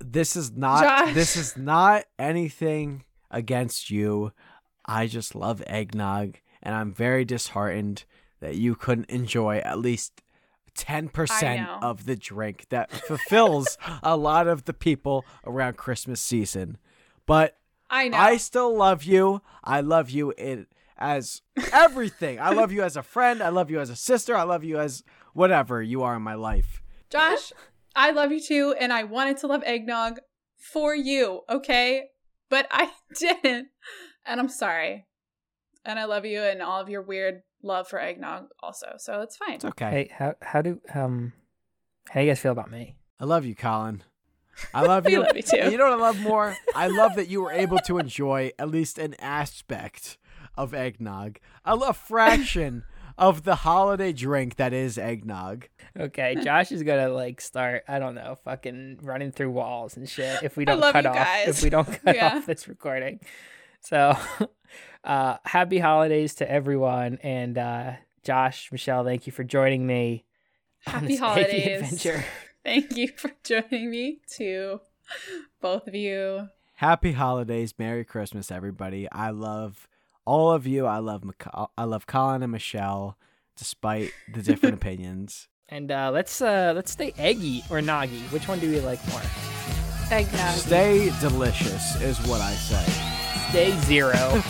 This is not
Josh.
this is not anything against you. I just love eggnog and I'm very disheartened that you couldn't enjoy at least 10%
know.
of the drink that fulfills a lot of the people around Christmas season. But
I know.
I still love you. I love you in, as everything. I love you as a friend. I love you as a sister. I love you as whatever you are in my life.
Josh, I love you too, and I wanted to love eggnog for you, okay? But I didn't. And I'm sorry. And I love you and all of your weird love for eggnog also. So it's fine.
It's okay.
Hey, how how do um how do you guys feel about me?
I love you, Colin. I love
We
you.
love you too.
And you know what I love more? I love that you were able to enjoy at least an aspect of eggnog, a, a fraction of the holiday drink that is eggnog.
Okay, Josh is gonna like start, I don't know, fucking running through walls and shit if we
I
don't
love
cut
you
off
guys.
if we don't cut
Yeah.
off this recording. So uh happy holidays to everyone and uh Josh, Michelle, thank you for joining me. on
Happy
this AV
holidays.
adventure.
Thank you for joining me too. Both of you.
Happy holidays, Merry Christmas, everybody. I love all of you. I love Maca- I love Colin and Michelle, despite the different opinions.
And uh let's uh let's stay eggy or noggy. Which one do we like more?
Eggnog.
Stay delicious is what I say.
Day zero.